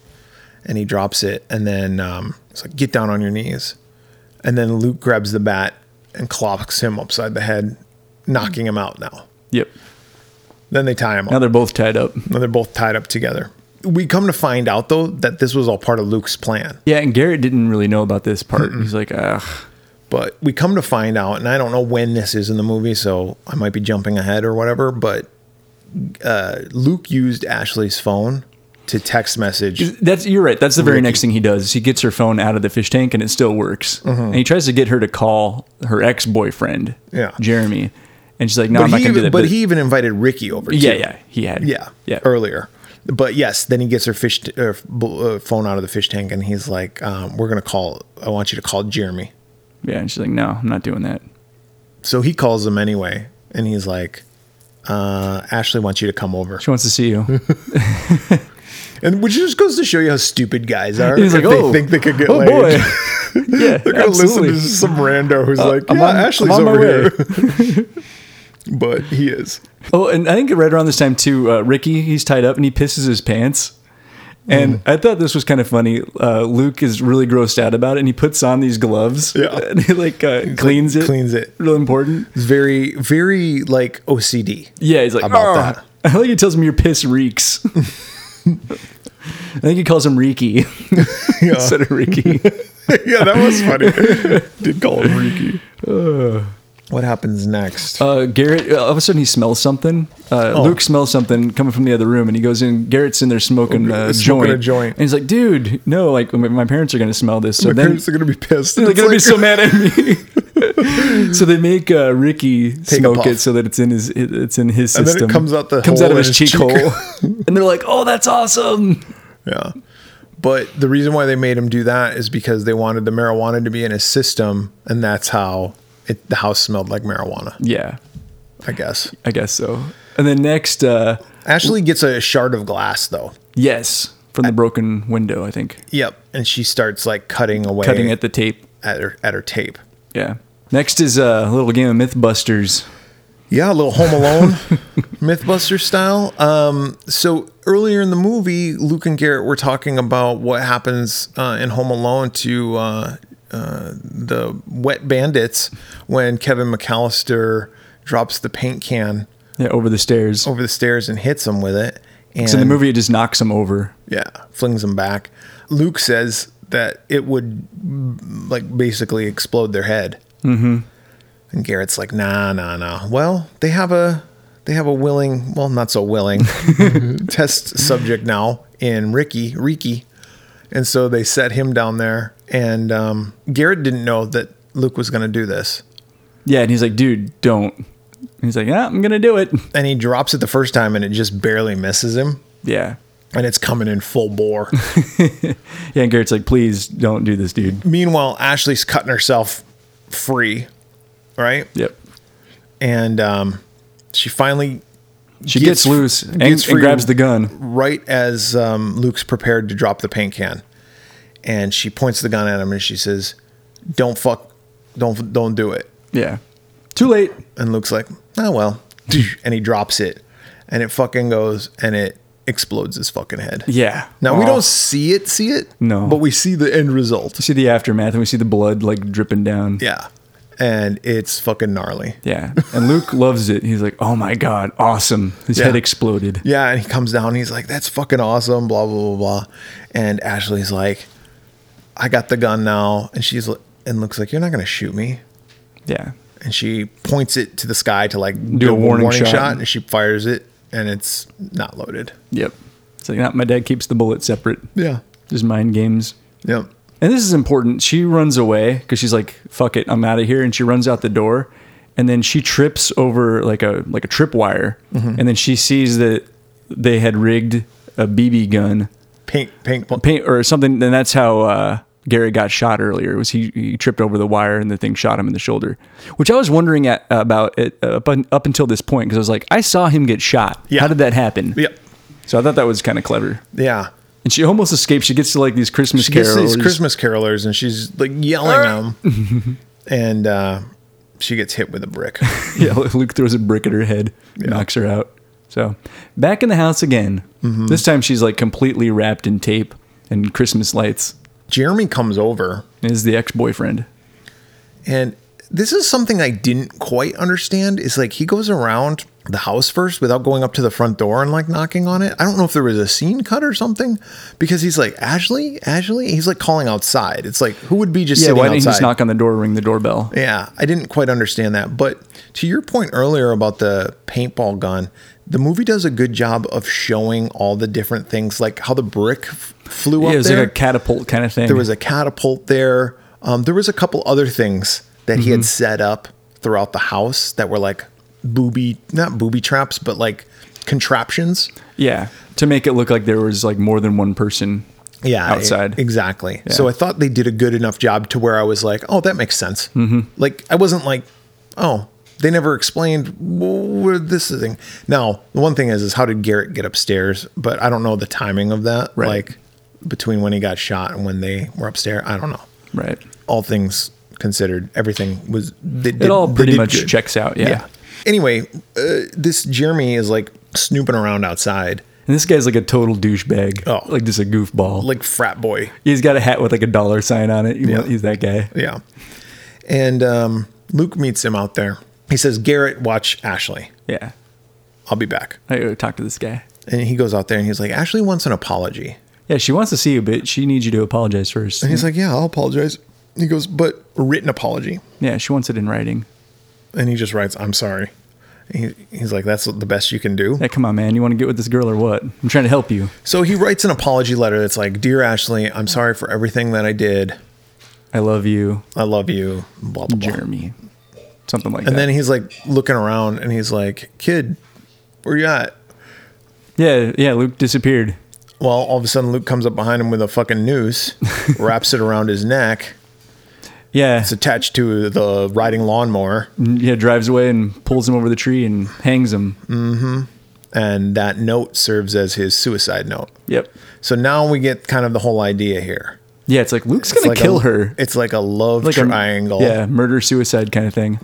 And he drops it. And then um, it's like, get down on your knees. And then Luke grabs the bat and clocks him upside the head, knocking him out now. Yep. Then they tie him up. Now they're both tied up. Now they're both tied up together. We come to find out, though, that this was all part of Luke's plan. Yeah, and Garrett didn't really know about this part. He's like, ugh. But we come to find out, and I don't know when this is in the movie, so I might be jumping ahead or whatever. But uh, Luke used Ashley's phone to text message. That's you're right. That's the very next thing he does. He gets her phone out of the fish tank, and it still works. Mm-hmm. And he tries to get her to call her ex boyfriend, Yeah. Jeremy, and she's like, "No, But, I'm not he, gonna do even, that." but he even invited Ricky over. yeah, too. yeah, he had, yeah, yeah. earlier. But yes, then he gets her fish t- uh, b- uh, phone out of the fish tank, and he's like, um, "We're gonna call. I want you to call Jeremy." yeah, and she's like, "No, I'm not doing that." So he calls him anyway, and he's like, uh, "Ashley wants you to come over," She wants to see you. and which just goes to show you how stupid guys are. He's like, if they "Oh, think they could get oh laid. boy, yeah, They're gonna absolutely. Uh, listen to some rando who's like, I'm "Yeah, on- Ashley's I'm on my over way." here," but he is. Oh, and I think right around this time too, uh, Ricky he's tied up and he pisses his pants. And Mm. I thought this was kind of funny. Uh, Luke is really grossed out about it, and he puts on these gloves. Yeah. and he like uh, cleans it. cleans it. Real important. It's very, very like OCD. Yeah, he's like About "Ugh." that. I think he tells him your piss reeks. I think he calls him Reeky instead of Ricky. yeah, that was funny. Did call him Ricky. What happens next? Uh, Garrett, uh, all of a sudden, he smells something. Uh, Oh. Luke smells something coming from the other room, and he goes in. Garrett's in there smoking, Oh, uh, smoking joint. a joint. And he's like, "Dude, no! Like, my- my parents are gonna smell this." So My then parents are gonna be pissed. they're It's gonna be like- so mad at me. so they make uh, Ricky smoke puff. it so that it's in his it- it's in his And then it system. comes out the comes out hole of in his, cheek, his cheek. hole, and they're like, "Oh, that's awesome!" Yeah. But the reason why they made him do that is because they wanted the marijuana to be in his system, and that's how it, the house smelled like marijuana. Yeah, I guess. I guess so. And then next, uh, Ashley gets a shard of glass though. yes, from the broken window, I think, Yep, and she starts like cutting away cutting at the tape. at her at her tape. Yeah. Next is uh, a little game of MythBusters. Yeah, a little Home Alone, MythBuster style. Um, so earlier in the movie, Luke and Garrett were talking about what happens uh, in Home Alone to uh, uh, the wet bandits when Kevin McAllister drops the paint can Yeah, over the stairs. over the stairs and hits him with it. And So in the movie, it just knocks him over. Yeah, flings them back. Luke says that it would mm, like basically explode their head. Mm-hmm. And Garrett's like, nah, nah, nah. Well, they have a they have a willing, well, not so willing test subject now in Ricky, Ricky, and so they set him down there. And um, Garrett didn't know that Luke was going to do this, Yeah, and he's like, "Dude, don't." And he's like, "Yeah, I'm gonna do it." and he drops it the first time, and it just barely misses him, Yeah. and it's coming in full bore. Yeah, and Garrett's like, please don't do this, dude. Meanwhile, Ashley's cutting herself free, right? Yep. And um, she finally, She Gets gets, f- loose and, gets and free- grabs the gun. right as um, Luke's prepared to drop the paint can, and she points the gun at him and she says, "Don't fuck, don't don't do it." Yeah. Too late. And Luke's like, "Oh well," and he drops it, and it fucking goes and it explodes his fucking head. Yeah. Now we Aw. don't see it, see it, No. but we see the end result. see the aftermath and we see the blood like dripping down. Yeah, and it's fucking gnarly. Yeah. And Luke loves it. He's like, oh my God, awesome. His Yeah. head exploded. Yeah, and he comes down. And he's like, "That's fucking awesome." Blah blah blah blah. And Ashley's like, "I got the gun now," and she's li- and looks like, "You're not gonna shoot me." Yeah. And she points it to the sky to like do, a warning shot. and she fires it, and it's not loaded. Yep. It's like, nah, my dad keeps the bullets separate. Yeah. Just mind games. Yep. And this is important. She runs away because she's like, fuck it, I'm out of here. And she runs out the door. And then she trips over like a like a tripwire. Mm-hmm. And then she sees that they had rigged a BB gun Pink, pink, paint or something. Then that's how uh, Gary got shot earlier. Was he, he tripped over the wire and the thing shot him in the shoulder, which I was wondering at, about it uh, up, un- up until this point because I was like, I saw him get shot. Yeah. How did that happen? Yep. So I thought that was kind of clever. Yeah. And she almost escapes. She gets to like these Christmas She gets carols. these Christmas carolers, and she's like yelling at them, and uh, she gets hit with a brick. yeah, Luke throws a brick at her head, knocks her out. So back in the house again. Mm-hmm. This time she's like completely wrapped in tape and Christmas lights. Jeremy comes over Is the ex boyfriend? And this is something I didn't quite understand is like he goes around the house first without going up to the front door and like knocking on it. I don't know if there was a scene cut or something because he's like Ashley, Ashley. He's like calling outside. It's like who would be just Yeah, sitting why didn't he outside? just knock on the door, ring the doorbell? yeah, I didn't quite understand that. But to your point earlier about the paintball gun, the movie does a good job of showing all the different things, like how the brick f- flew up Yeah, it was there like a catapult kind of thing. there was a catapult there. Um, there was a couple other things that he Mm-hmm. had set up throughout the house that were like booby, not booby traps, but like contraptions. yeah to make it look like there was like more than one person. Yeah, Outside. e- exactly. So I thought they did a good enough job to where I was like, oh, that makes sense. Mm-hmm. Like I wasn't like, oh, they never explained wh- where this is thing. Now the one thing is, is how did Garrett get upstairs? But I don't know the timing of that. Right. Like between when he got shot and when they were upstairs, I don't know. Right. all things considered, everything was they did, It all they pretty did much good. checks out. Yeah. Yeah. Anyway, uh, this Jeremy is like snooping around outside, And this guy's like a total douchebag. Oh. Like just a goofball. like frat boy. He's got a hat with like a dollar sign on it. You Yeah. want- He's that guy. Yeah. And um, Luke meets him out there. He says, "Garrett, watch Ashley. Yeah. I'll be back." I gotta talk to this guy. And he goes out there and he's like, "Ashley wants an apology." Yeah, she wants to see you, but she needs you to apologize first. And he's like, "Yeah, I'll apologize." He goes, "But a written apology." Yeah, she wants it in writing. And he just writes, "I'm sorry." He, he's like, "That's the best you can do." Hey, come on, man. You want to get with this girl or what? I'm trying to help you. So he writes an apology letter that's like, "Dear Ashley, I'm sorry for everything that I did. I love you, I love you." Blah blah blah. Jeremy. Something like that. And then he's like looking around and he's like, "Kid, where you at?" yeah, yeah. Luke disappeared. Well, all of a sudden, Luke comes up behind him with a fucking noose, wraps it around his neck. Yeah, It's attached to the riding lawnmower, yeah. Drives away and pulls him over the tree and hangs him. Mm. and that note serves as his suicide note. Yep. So now we get kind of the whole idea here. Yeah, it's like Luke's It's gonna like kill a, her. It's like a love Like a- triangle, Mm-hmm. Yeah, murder suicide kind of thing.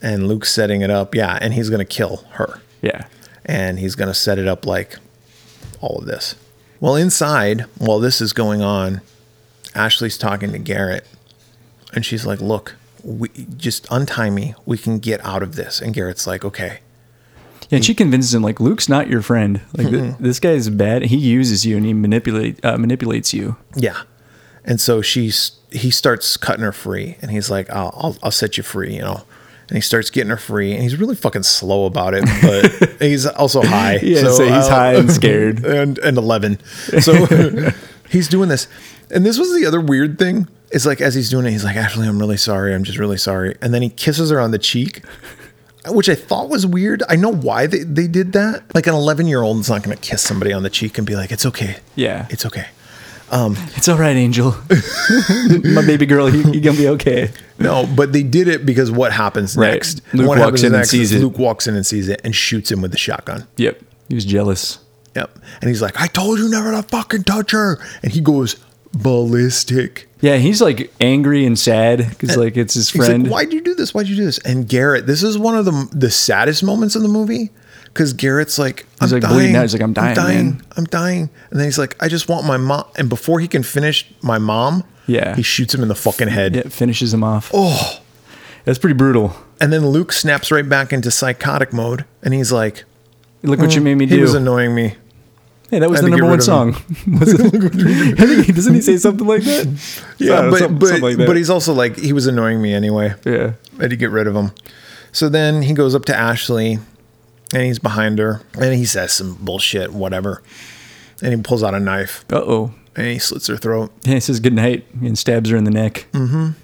and Luke's setting it up. Yeah, and he's gonna kill her, Yeah. and he's gonna set it up like all of this. Well, inside, while this is going on, Ashley's talking to Garrett, and she's like, "Look, we just untie me. We can get out of this." And Garrett's like, "Okay." Yeah, and she convinces him like Luke's not your friend. Like th- Mm-hmm. this guy is bad. He uses you and he manipulate uh, manipulates you. Yeah. And so she's he starts cutting her free, and he's like, "I'll I'll, I'll set you free," you know. And he starts getting her free, and he's really fucking slow about it, but he's also high. Yeah, so he's uh, high and scared. and and eleven. So he's doing this, and this was the other weird thing. Is like as he's doing it, he's like, "Actually, I'm really sorry. I'm just really sorry." And then he kisses her on the cheek, which I thought was weird. I know why they, they did that. Like an 11 year old is not going to kiss somebody on the cheek and be like, "It's okay. Yeah, it's, It's okay." all right, Angel. My baby girl, you, you gonna be okay. No, but they did it because what happens Right. next? Luke what walks happens in and is sees it. Luke walks in and sees it and shoots him with the shotgun. Yep, he was jealous. Yep. And he's like, I told you never to fucking touch her. And he goes ballistic. Yeah, he's like angry and sad because like it's his He's friend. like, why'd you do this? Why'd you do this? And Garrett, this is one of the the saddest moments in the movie because Garrett's like, I'm He's like dying. bleeding out. He's like, "I'm dying, dying. man." I'm dying. And then he's like, I just want my mom. And before he can finish my mom, Yeah. he shoots him in the fucking head. yeah, finishes him off. Oh, that's pretty brutal. And then Luke snaps right back into psychotic mode, and he's like, Look what you made me Mm-hmm. He was do. annoying me. hey, that was had the to get number one rid of song. Was it- I think he- Doesn't he say something like that? Yeah, So- Uh, but something- but, something like that. but he's also like he was annoying me anyway. yeah. I had to get rid of him. So then he goes up to Ashley, and he's behind her, and he says some bullshit, whatever. And he pulls out a knife Uh oh. and he slits her throat. Yeah, he says good night and stabs her in the neck. And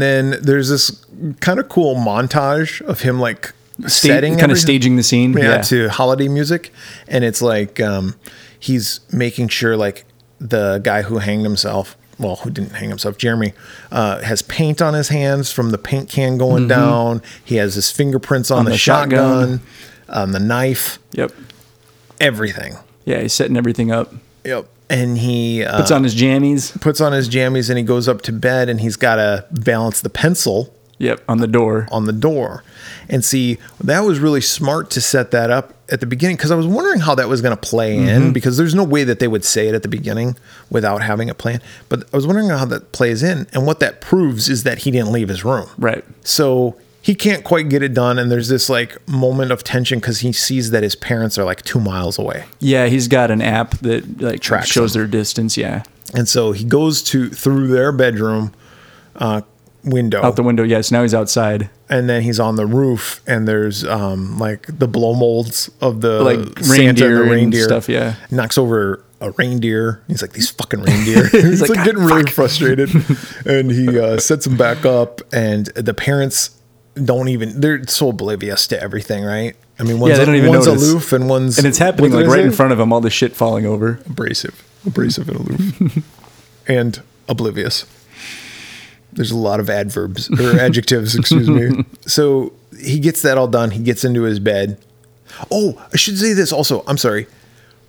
then there's this kind of cool montage of him like Sta- setting kind of everything- staging the scene. yeah, to holiday music and it's like um, he's making sure like the guy who hanged himself well who didn't hang himself jeremy uh, has paint on his hands from the paint can going down he has his fingerprints Mm-hmm. on, the, the shotgun, shotgun. on the knife Yep. everything Yeah, he's setting everything up. yep and he uh, Puts on his jammies. puts on his jammies and he goes up to bed and he's got to balance the pencil Yep, on the door. on the door. And see, that was really smart to set that up at the beginning because I was wondering how that was going to play Mm-hmm. in because there's no way that they would say it at the beginning without having a plan. But I was wondering how that plays in. And what that proves is that he didn't leave his room. Right. So he can't quite get it done. And there's this like moment of tension because he sees that his parents are like two miles away. Yeah, he's got an app that like Tracks shows their distance. Yeah, And so he goes to through their bedroom uh, window. out the window. Yes, now he's outside, and then he's on the roof and there's um like the blow molds of the like Santa reindeer and stuff. Yeah, knocks over a reindeer he's like these fucking reindeer he's like, like, "Ah, "God, getting really frustrated and he uh, sets him back up and the parents don't even they're so oblivious to everything right i mean one's, Yeah, they don't even one's notice. aloof and one's and it's happening what like did I right in say? front of him. All the shit falling over. abrasive abrasive and aloof and oblivious there's a lot of adverbs or adjectives, excuse me. So he gets that all done. He gets into his bed. Oh, I should say this also. I'm sorry.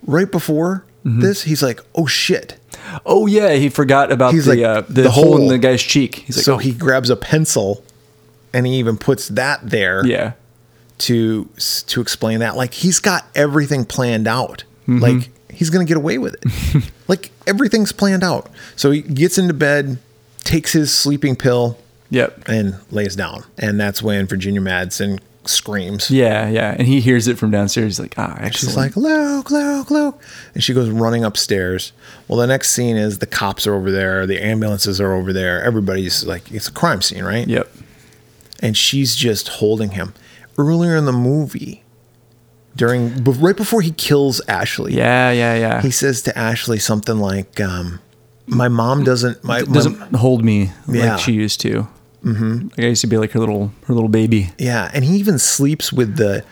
Right before this, he's like, "Oh shit!" Oh yeah, he forgot about He's the like, uh, the, the hole, in hole. the guy's cheek. He's like, so oh, he grabs a pencil, and he even puts that there yeah, to to explain that. Like he's got everything planned out. Like he's gonna get away with it. like everything's planned out. So he gets into bed, takes his sleeping pill, yep, and lays down. And that's when Virginia Madsen screams. yeah, yeah. And he hears it from downstairs. He's like, ah, actually, She's like, Luke, Luke, Luke. And she goes running upstairs. Well, the next scene is the cops are over there, the ambulances are over there, everybody's like, it's a crime scene, right? yep, and she's just holding him. Earlier in the movie, during be- right before he kills Ashley, Yeah, yeah, yeah. he says to Ashley something like, um, "My mom doesn't my, my- doesn't hold me Yeah. like she used to. Mm-hmm. Like I used to be like her little her little baby. yeah," and he even sleeps with the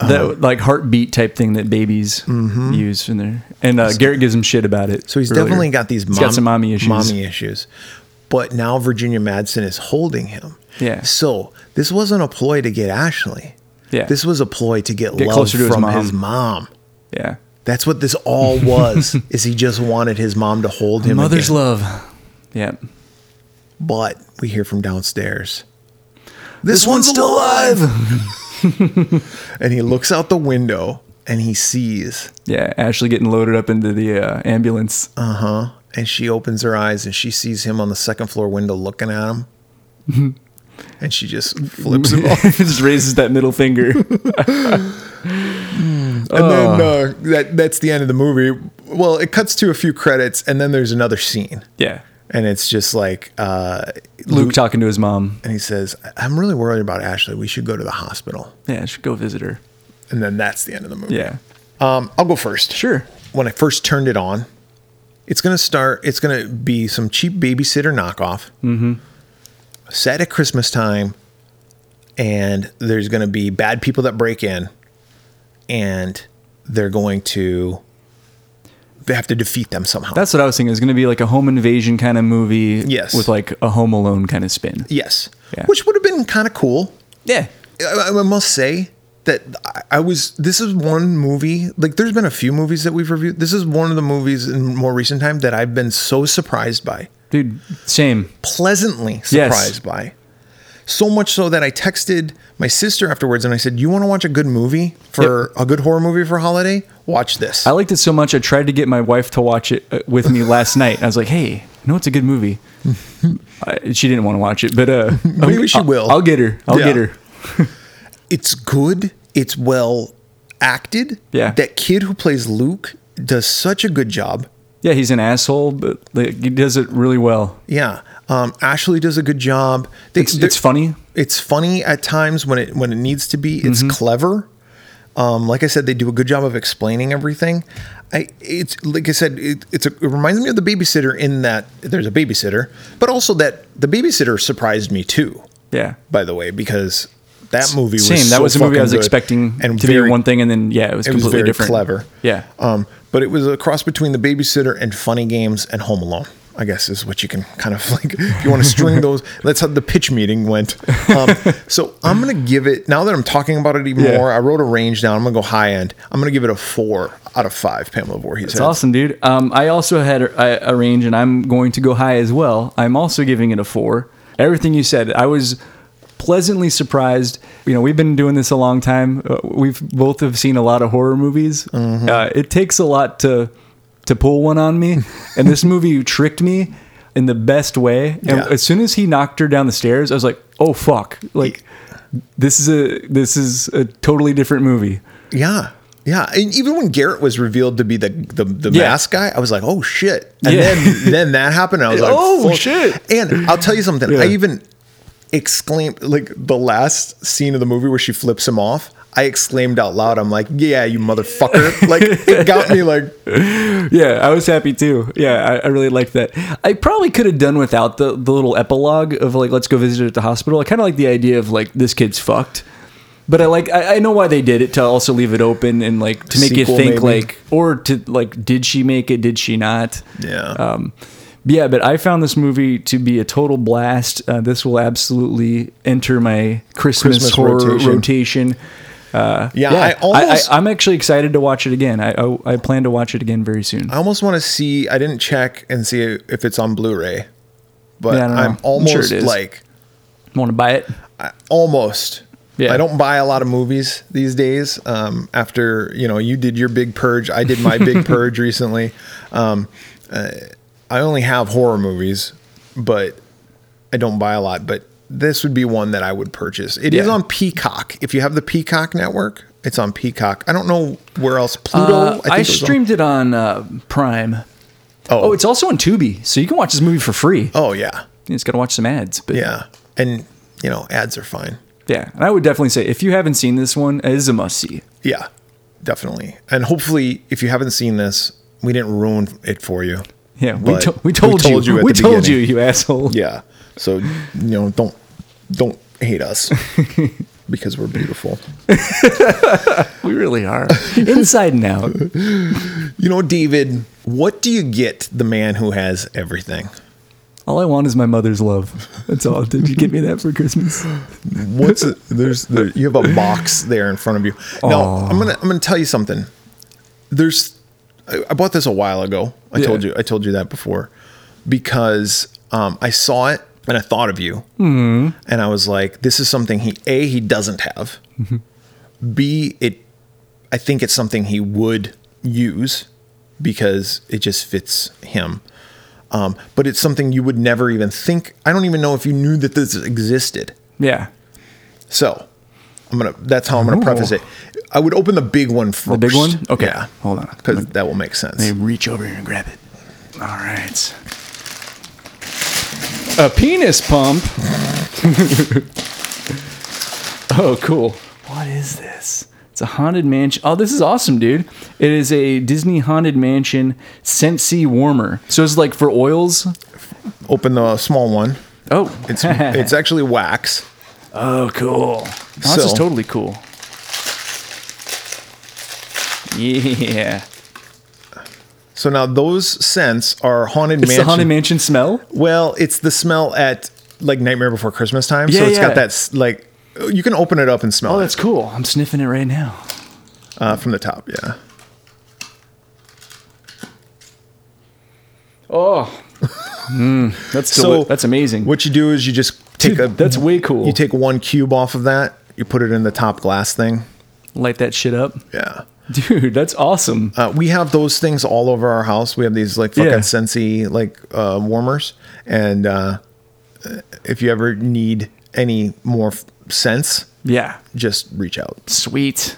that like heartbeat type thing that babies use in there. And uh, Garrett gives him shit about it. Mm-hmm. So he's earlier. definitely got these He's mom, got some mommy issues. mommy issues. But now Virginia Madsen is holding him. Yeah. So this wasn't a ploy to get Ashley. Yeah. This was a ploy to get, Get love closer to his from mom. his mom. Yeah. That's what this all was. is he just wanted his mom to hold him? Mother's again. love. Yeah. But we hear from downstairs. This, one's, still alive. and he looks out the window and he sees. Yeah. Ashley getting loaded up into the uh, ambulance. Uh huh. And she opens her eyes and she sees him on the second floor window looking at him. and she just flips him off. Just raises that middle finger. And then uh, that that's the end of the movie. Well, it cuts to a few credits and then there's another scene. yeah. And it's just like uh, Luke talking to his mom. and he says, "I- "I'm really worried about Ashley. We should go to the hospital." Yeah, I should go visit her. And then that's the end of the movie. Yeah. Um, I'll go first. Sure. When I first turned it on, it's gonna start. It's gonna be some cheap babysitter knockoff. Mm-hmm. Set at Christmas time, and there's gonna be bad people that break in, and they're going to they have to defeat them somehow. That's what I was thinking. It was going to be like a home invasion kind of movie. Yes. With like a Home Alone kind of spin. yes, Yeah. which would have been kind of cool. Yeah. I, I must say that I- I was. This is one movie. Like, there's been a few movies that we've reviewed. This is one of the movies in more recent time that I've been so surprised by, Dude, same. pleasantly surprised Yes. by. So much so that I texted my sister afterwards and I said, "You want to watch a good movie for a good horror movie for holiday? Watch this." I liked it so much. I tried to get my wife to watch it uh, with me last night. I was like, "Hey, you know it's a good movie." I, she didn't want to watch it, but uh, Maybe she I'll- will. I'll get her. I'll Yeah. get her. it's good. It's well acted. Yeah. That kid who plays Luke does such a good job. Yeah, he's an asshole, but like, he does it really well. Yeah. Um, Ashley does a good job. They- It's, they're- it's funny. It's funny at times when it when it needs to be. It's Mm-hmm. clever. Um, like I said, they do a good job of explaining everything. I it's like I said, it, it's a, it reminds me of the babysitter in that there's a babysitter, but also that the babysitter surprised me too. Yeah, By the way, because that movie was same. that so was a movie I fucking was good expecting and to very, be one thing, and then yeah, it was It was completely very different. clever. Yeah, Um, but it was a cross between the babysitter and Funny Games and Home Alone. I guess is what you can kind of like. If you want to string those, that's how the pitch meeting went. Um, so I'm gonna give it. Now that I'm talking about it even Yeah. more, I wrote a range down. I'm gonna go high end. I'm gonna give it a four out of five. Pamela Voorhees. it's heads. awesome, dude. Um, I also had a, a range, and I'm going to go high as well. I'm also giving it a four. Everything you said, I was pleasantly surprised. You know, we've been doing this a long time. Uh, we've both have seen a lot of horror movies. Uh, it takes a lot to to pull one on me, and this movie tricked me in the best way. And Yeah. as soon as he knocked her down the stairs, I was like, "Oh fuck!" Like this is a this is a totally different movie. Yeah. Yeah, and even when Garrett was revealed to be the the, the Yeah. mask guy, I was like, "Oh shit!" And Yeah. then then that happened. And I was like, Oh, fuck. shit. And I'll tell you something. Yeah. I even exclaimed like the last scene of the movie where she flips him off. I exclaimed out loud, "I'm like, yeah, you motherfucker!" like it got me like Yeah, I was happy too. Yeah, I, I really liked that. I probably could have done without the, the little epilogue of like, let's go visit her at the hospital. I kind of like the idea of like, this kid's fucked. But I like, I, I know why they did it to also leave it open and like to make Sequel, you think maybe. like, or to like, did she make it? Did she not? yeah. Um, yeah, but I found this movie to be a total blast. Uh, this will absolutely enter my Christmas, Christmas horror rotation. rotation. yeah, Yeah, I almost I, am actually excited to watch it again. I, I I plan to watch it again very soon. I almost want to see. I didn't check and see if it's on Blu-ray, but Yeah, I don't know. I'm I'm sure it almost is. like Want to buy it? I- almost. Yeah. I don't buy a lot of movies these days. Um, after you know, you did your big purge. I did my big purge recently. Um, uh, I only have horror movies, but I don't buy a lot. But this would be one that I would purchase. It is Yeah. on Peacock. If you have the Peacock network, it's on Peacock. I don't know where else. Pluto. Uh, I, Oh, it was on- streamed it on uh, Prime. Oh, it's also on Tubi, so you can watch this movie for free. oh yeah, You just got to watch some ads. But yeah, and you know, ads are fine. Yeah, and I would definitely say if you haven't seen this one, it is a must see. Yeah, definitely. And hopefully, if you haven't seen this, we didn't ruin it for you. Yeah, we, But to- we we told told you. you at we the told you, beginning. you asshole. Yeah. So you know, don't don't hate us because we're beautiful. We really are. Inside and out. You know, David, what do you get the man who has everything? All I want is my mother's love. That's all. Did you give me that for Christmas? What's it? There's there, you have a box there in front of you. Now Aw. I'm gonna I'm gonna tell you something. There's I, I bought this a while ago. I Yeah. told you I told you that before because um, I saw it and I thought of you and I was like, this is something he a he doesn't have. B it I think it's something he would use because it just fits him. Um, but it's something you would never even think. I don't even know if you knew that this existed. Yeah. So I'm gonna. That's how I'm gonna preface Ooh. it. I would open the big one first. The big one? Okay. Yeah. Hold on. Because that will make sense. Let me reach over here and grab it. All right. A penis pump. oh, cool. What is this? It's a haunted mansion. Oh, this is awesome, dude. It is a Disney haunted mansion Scentsy warmer. So it's like for oils. Open the small one. Oh, It's it's actually wax. Oh, cool. No, this is So- totally cool. Yeah. So now those scents are haunted It's mansion. the haunted mansion smell. well, it's the smell at like Nightmare Before Christmas time. so Yeah, it's yeah. got that s- like you can open it up and smell Oh, it that's cool. I'm sniffing it right now. uh, from the top. Yeah. Oh, that's so. So That's amazing. What you do is you just take Dude, a. that's way cool. You take one cube off of that. You put it in the top glass thing. Light that shit up, Yeah. dude. That's awesome. Uh, we have those things all over our house. We have these like fucking Yeah. Scentsy like uh, warmers, and uh, if you ever need any more f- scents, Yeah, just reach out sweet.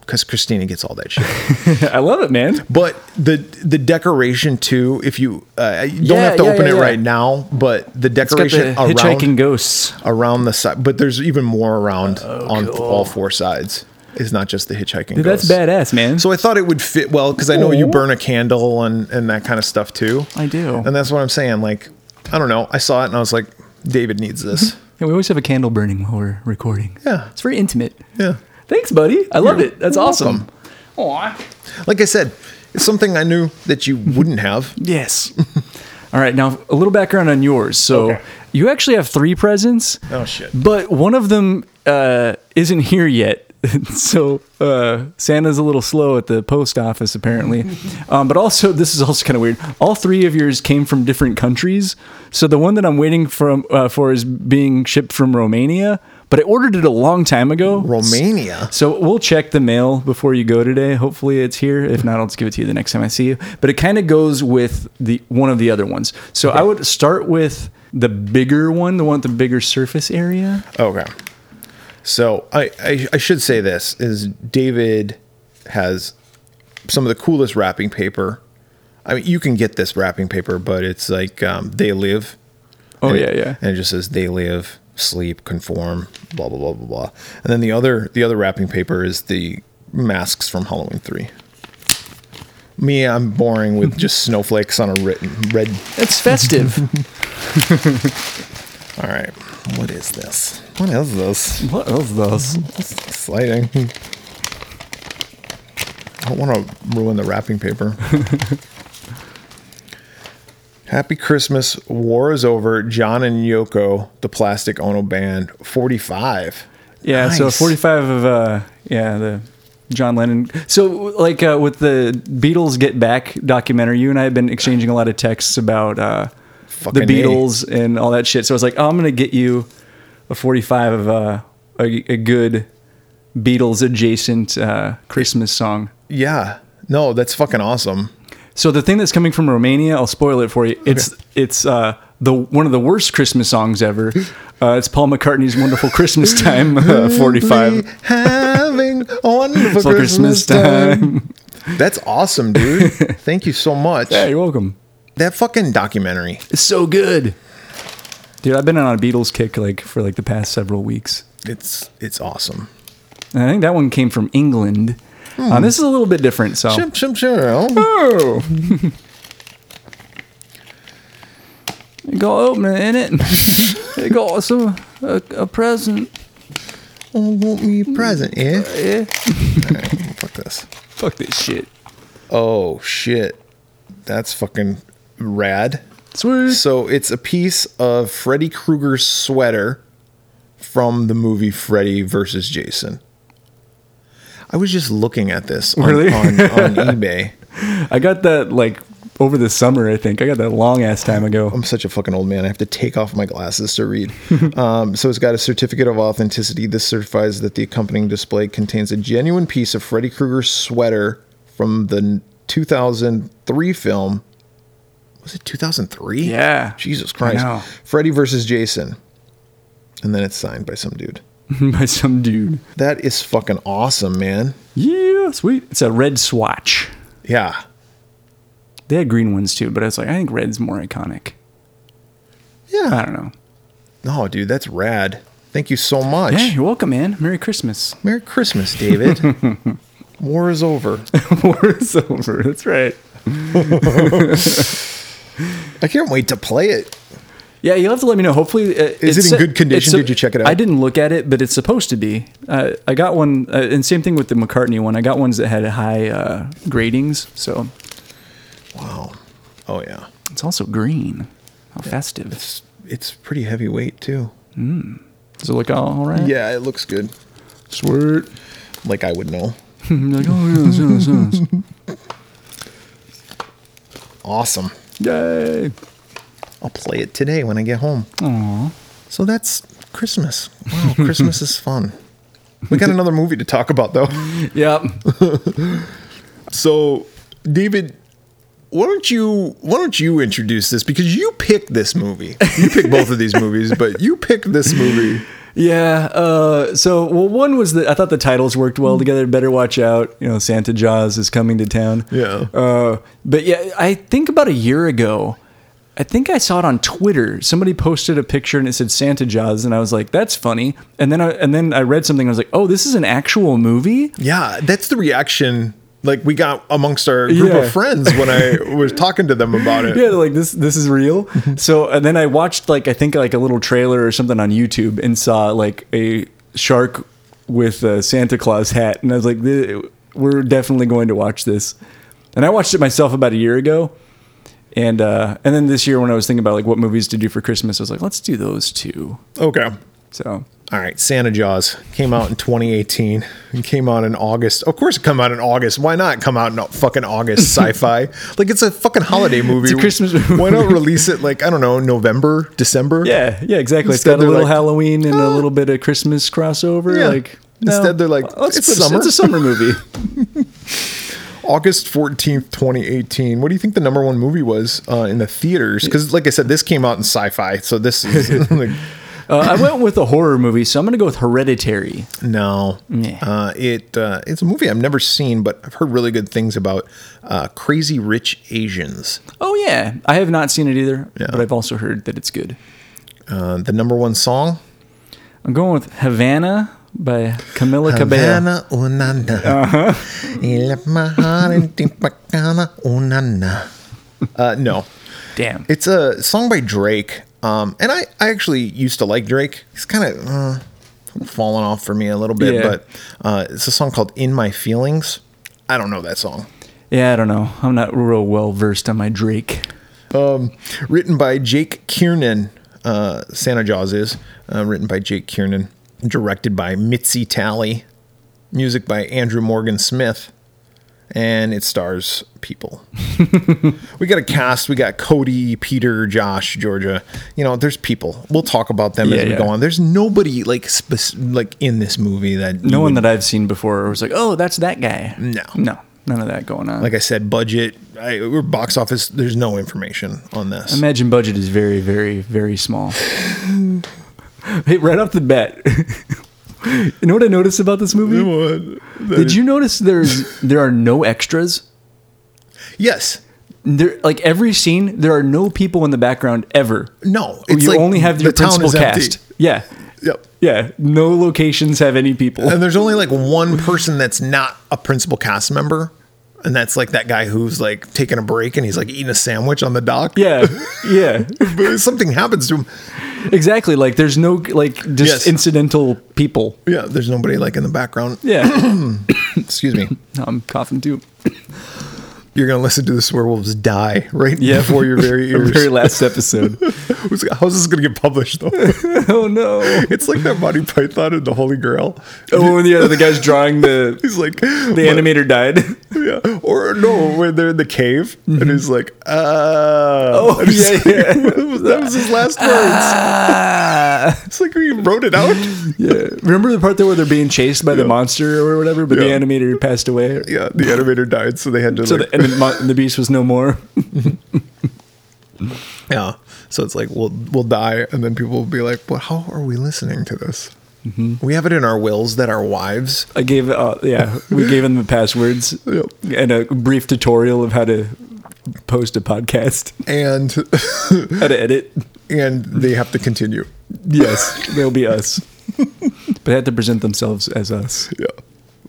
because Christina gets all that shit. I love it, man. but the the decoration too. If you uh, you don't Yeah, have to yeah, open yeah, it yeah. right now, but the It's got the decoration hitchhiking around ghosts. around the side. But there's even more around on all four sides. It's not just the hitchhiking. Oh, Dude, that's ghosts. badass, man. So I thought it would fit well because I know you Aw. burn a candle and, and that kind of stuff too. I do. And that's what I'm saying. Like, I don't know. I saw it and I was like, David needs this. Yeah, we always have a candle burning while we're recording. Yeah. it's very intimate. yeah. Thanks, buddy. I love it. That's you're awesome. Aw. Like I said, it's something I knew that you Mm-hmm. wouldn't have. Yes. All right. Now a little background on yours. So Okay. you actually have three presents. Oh, shit. But one of them uh, isn't here yet. so uh, Santa's a little slow at the post office apparently. um, but also this is also kind of weird. All three of yours came from different countries. So the one that I'm waiting from uh, for is being shipped from Romania. But I ordered it a long time ago. Romania. So we'll check the mail before you go today. Hopefully it's here. If not, I'll just give it to you the next time I see you. But it kind of goes with the one of the other ones. So I would start with the bigger one, the one with the bigger surface area. Okay. So I, I, I should say this is David has some of the coolest wrapping paper. I mean, you can get this wrapping paper, but it's like um, they live. Oh And yeah, it- yeah. And it just says they live, sleep, conform, blah blah blah blah blah. And then the other the other wrapping paper is the masks from Halloween three. Me, I'm boring with just snowflakes on a red, red. It's festive. All right, what is this? What is this? what else those? It's exciting. I don't want to ruin the wrapping paper. Happy Christmas. War is over. John and Yoko, the Plastic Ono Band, 45. Yeah, so Nice. 45 of uh yeah, the John Lennon. So like uh, with the Beatles Get Back documentary, you and I have been exchanging a lot of texts about uh Fucking A. the Beatles and all that shit. So I was like, "Oh, I'm going to get you a 45 of uh a, a good Beatles adjacent uh Christmas song." Yeah. No, that's fucking awesome. So the thing that's coming from Romania, I'll spoil it for you. It's it's uh, the one of the worst Christmas songs ever. Uh, it's Paul McCartney's "Wonderful Christmas Time" uh, We 45. having a wonderful It's like Christmas Christmas, time. That's awesome, dude. Thank you so much. Yeah, you're welcome. That fucking documentary. It's so good. Dude, I've been on a Beatles kick like for like the past several weeks. It's it's awesome. And I think that one came from England. Uh, this is a little bit different, so Chim chim chim. Oh. you got opening in it. you got some a, a present. Oh, want me a present, eh? Yeah. Fuck this. Fuck this shit. Oh shit. That's fucking rad. Sweet. So it's a piece of Freddy Krueger's sweater from the movie Freddy versus Jason. I was just looking at this on, Really? on, on eBay. I got that like over the summer. I think I got that long ass time ago. I'm such a fucking old man. I have to take off my glasses to read. um, so it's got a certificate of authenticity. This certifies that the accompanying display contains a genuine piece of Freddy Krueger's sweater from the 2003 film. Was it 2003? Yeah. Jesus know. Christ. Freddy versus Jason. And then it's signed by some dude. By some dude. That is fucking awesome, man. Yeah, sweet. It's a red swatch. Yeah. They had green ones too, but I was like, I think red's more iconic. I Yeah. don't know. No, dude, that's rad. Thank you so much. Yeah, you're welcome, man. Merry Christmas. Merry Christmas, David. War is over. War is over. That's right. I can't wait to play it. Yeah, you'll have to let me know. Hopefully, uh, Is it's it in good condition? it's- Did you check it out? I didn't look at it, but it's supposed to be. Uh, I got one, uh, and same thing with the McCartney one. I got ones that had high uh, gradings, so Wow. Oh yeah. it's also green. How festive! It's it's pretty heavyweight too. Does it look all, all right? Yeah, it looks good. Sweet. Like I would know. I'm like, oh, yeah, it's nice, it's nice. Awesome. Yay! I'll play it today when I get home. So that's Christmas. Wow, Christmas is fun. We got another movie to talk about though. Yep. So, David, why don't you why don't you introduce this because you picked this movie. You picked both of these movies, but you picked this movie. Yeah. Uh, so, well, one was that I thought the titles worked well together. Better watch out. You know, Santa Jaws is coming to town. Yeah. Uh, but yeah, I think about a year ago, I think I saw it on Twitter. Somebody posted a picture and it said Santa Jaws, and I was like, "That's funny." And then I, and then I read something. I was like, "Oh, this is an actual movie." Yeah, that's the reaction like we got amongst our group Yeah. of friends when I was talking to them about it. Yeah, they're like this this is real. so and then I watched like I think like a little trailer or something on YouTube and saw like a shark with a Santa Claus hat, and I was like, "Th- "We're definitely going to watch this." And I watched it myself about a year ago, and uh, and then this year when I was thinking about like what movies to do for Christmas, I was like, "Let's do those two. Okay. So All right, Santa Jaws came out in 2018 and came out in August. Of course, it come out in August. Why not come out in fucking August? Sci-fi, like it's a fucking holiday movie. Christmas Why not release it like I don't know, November, December? yeah, yeah, exactly. Instead it's got a they're little like, Halloween and a little bit of Christmas crossover. Yeah. Like Instead they're like, "It's put- summer." It's a summer movie. August 14th, 2018. What do you think the number one movie was uh, in the theaters? Because, like I said, this came out in sci-fi, so this is like, uh, I went with a horror movie, so I'm gonna go with Hereditary. no. Yeah. Uh, it uh, it's a movie I've never seen, but I've heard really good things about. Uh, Crazy Rich Asians. Oh yeah, I have not seen it either, Yeah. but I've also heard that it's good. Uh, the number one song. I'm going with Havana by Camila Cabello. Uh-huh. Havana, oh na na. You left my heart in Tropicana, oh na na. Uh, no, Damn. it's a song by Drake, um, and I, I actually used to like Drake. He's kind of uh, fallen off for me a little bit, Yeah. but uh, it's a song called "In My Feelings." I don't know that song. yeah, I don't know. I'm not real well versed on my Drake. written by Jake Kiernan. Uh, Santa Jaws is uh, written by Jake Kiernan, directed by Mitzi Talley, music by Andrew Morgan Smith, and it stars people. we got a cast. We got Cody, Peter, Josh, Georgia. You know, there's people. We'll talk about them Yeah, as we yeah. go on. There's nobody like spec- like in this movie that No you one would- that I've seen before was like, oh, that's that guy. No. no, none of that going on. like I said budget. I, we're box office. There's no information on this. Imagine budget is very, very, very small. hey, right off the bat, you know what I noticed about this movie? Did you notice there's there are no extras? yes. There, like every scene, there are no people in the background ever. No, it's Oh, it's you like only have the your town principal is empty. cast. Yeah, Yep. yeah. No locations have any people. And there's only like one person that's not a principal cast member, and that's like that guy who's like taking a break and he's like eating a sandwich on the dock. Yeah, yeah. But something happens to him. Exactly. Like there's no like just Yes. incidental people. Yeah, there's nobody like in the background. Yeah, Excuse me. I'm coughing too. You're gonna listen to this werewolves die right Yeah. before your very Our ears. very last episode. Who's- How's this gonna get published though? oh no. it's like that Monty Python and the Holy Grail. Oh, when the other the guy's drawing the He's like the animator died. Yeah. Or no, when they're in the cave Mm-hmm. and he's like, uh oh, yeah, yeah. that was his last words. It's like we wrote it out. yeah. Remember the part there where they're being chased by the monster or whatever, but Yeah. the animator passed away. Yeah, the animator died, so they had to. So like- the, and the, mon- the beast was no more. yeah, so it's like we'll we'll die, and then people will be like, "But how are we listening to this?" We have it in our wills that our wives. I gave uh, yeah, we gave them the passwords Yep. and a brief tutorial of how to post a podcast, And how to edit. and they have to continue. Yes, they'll be us. but they had to present themselves as us. Yeah,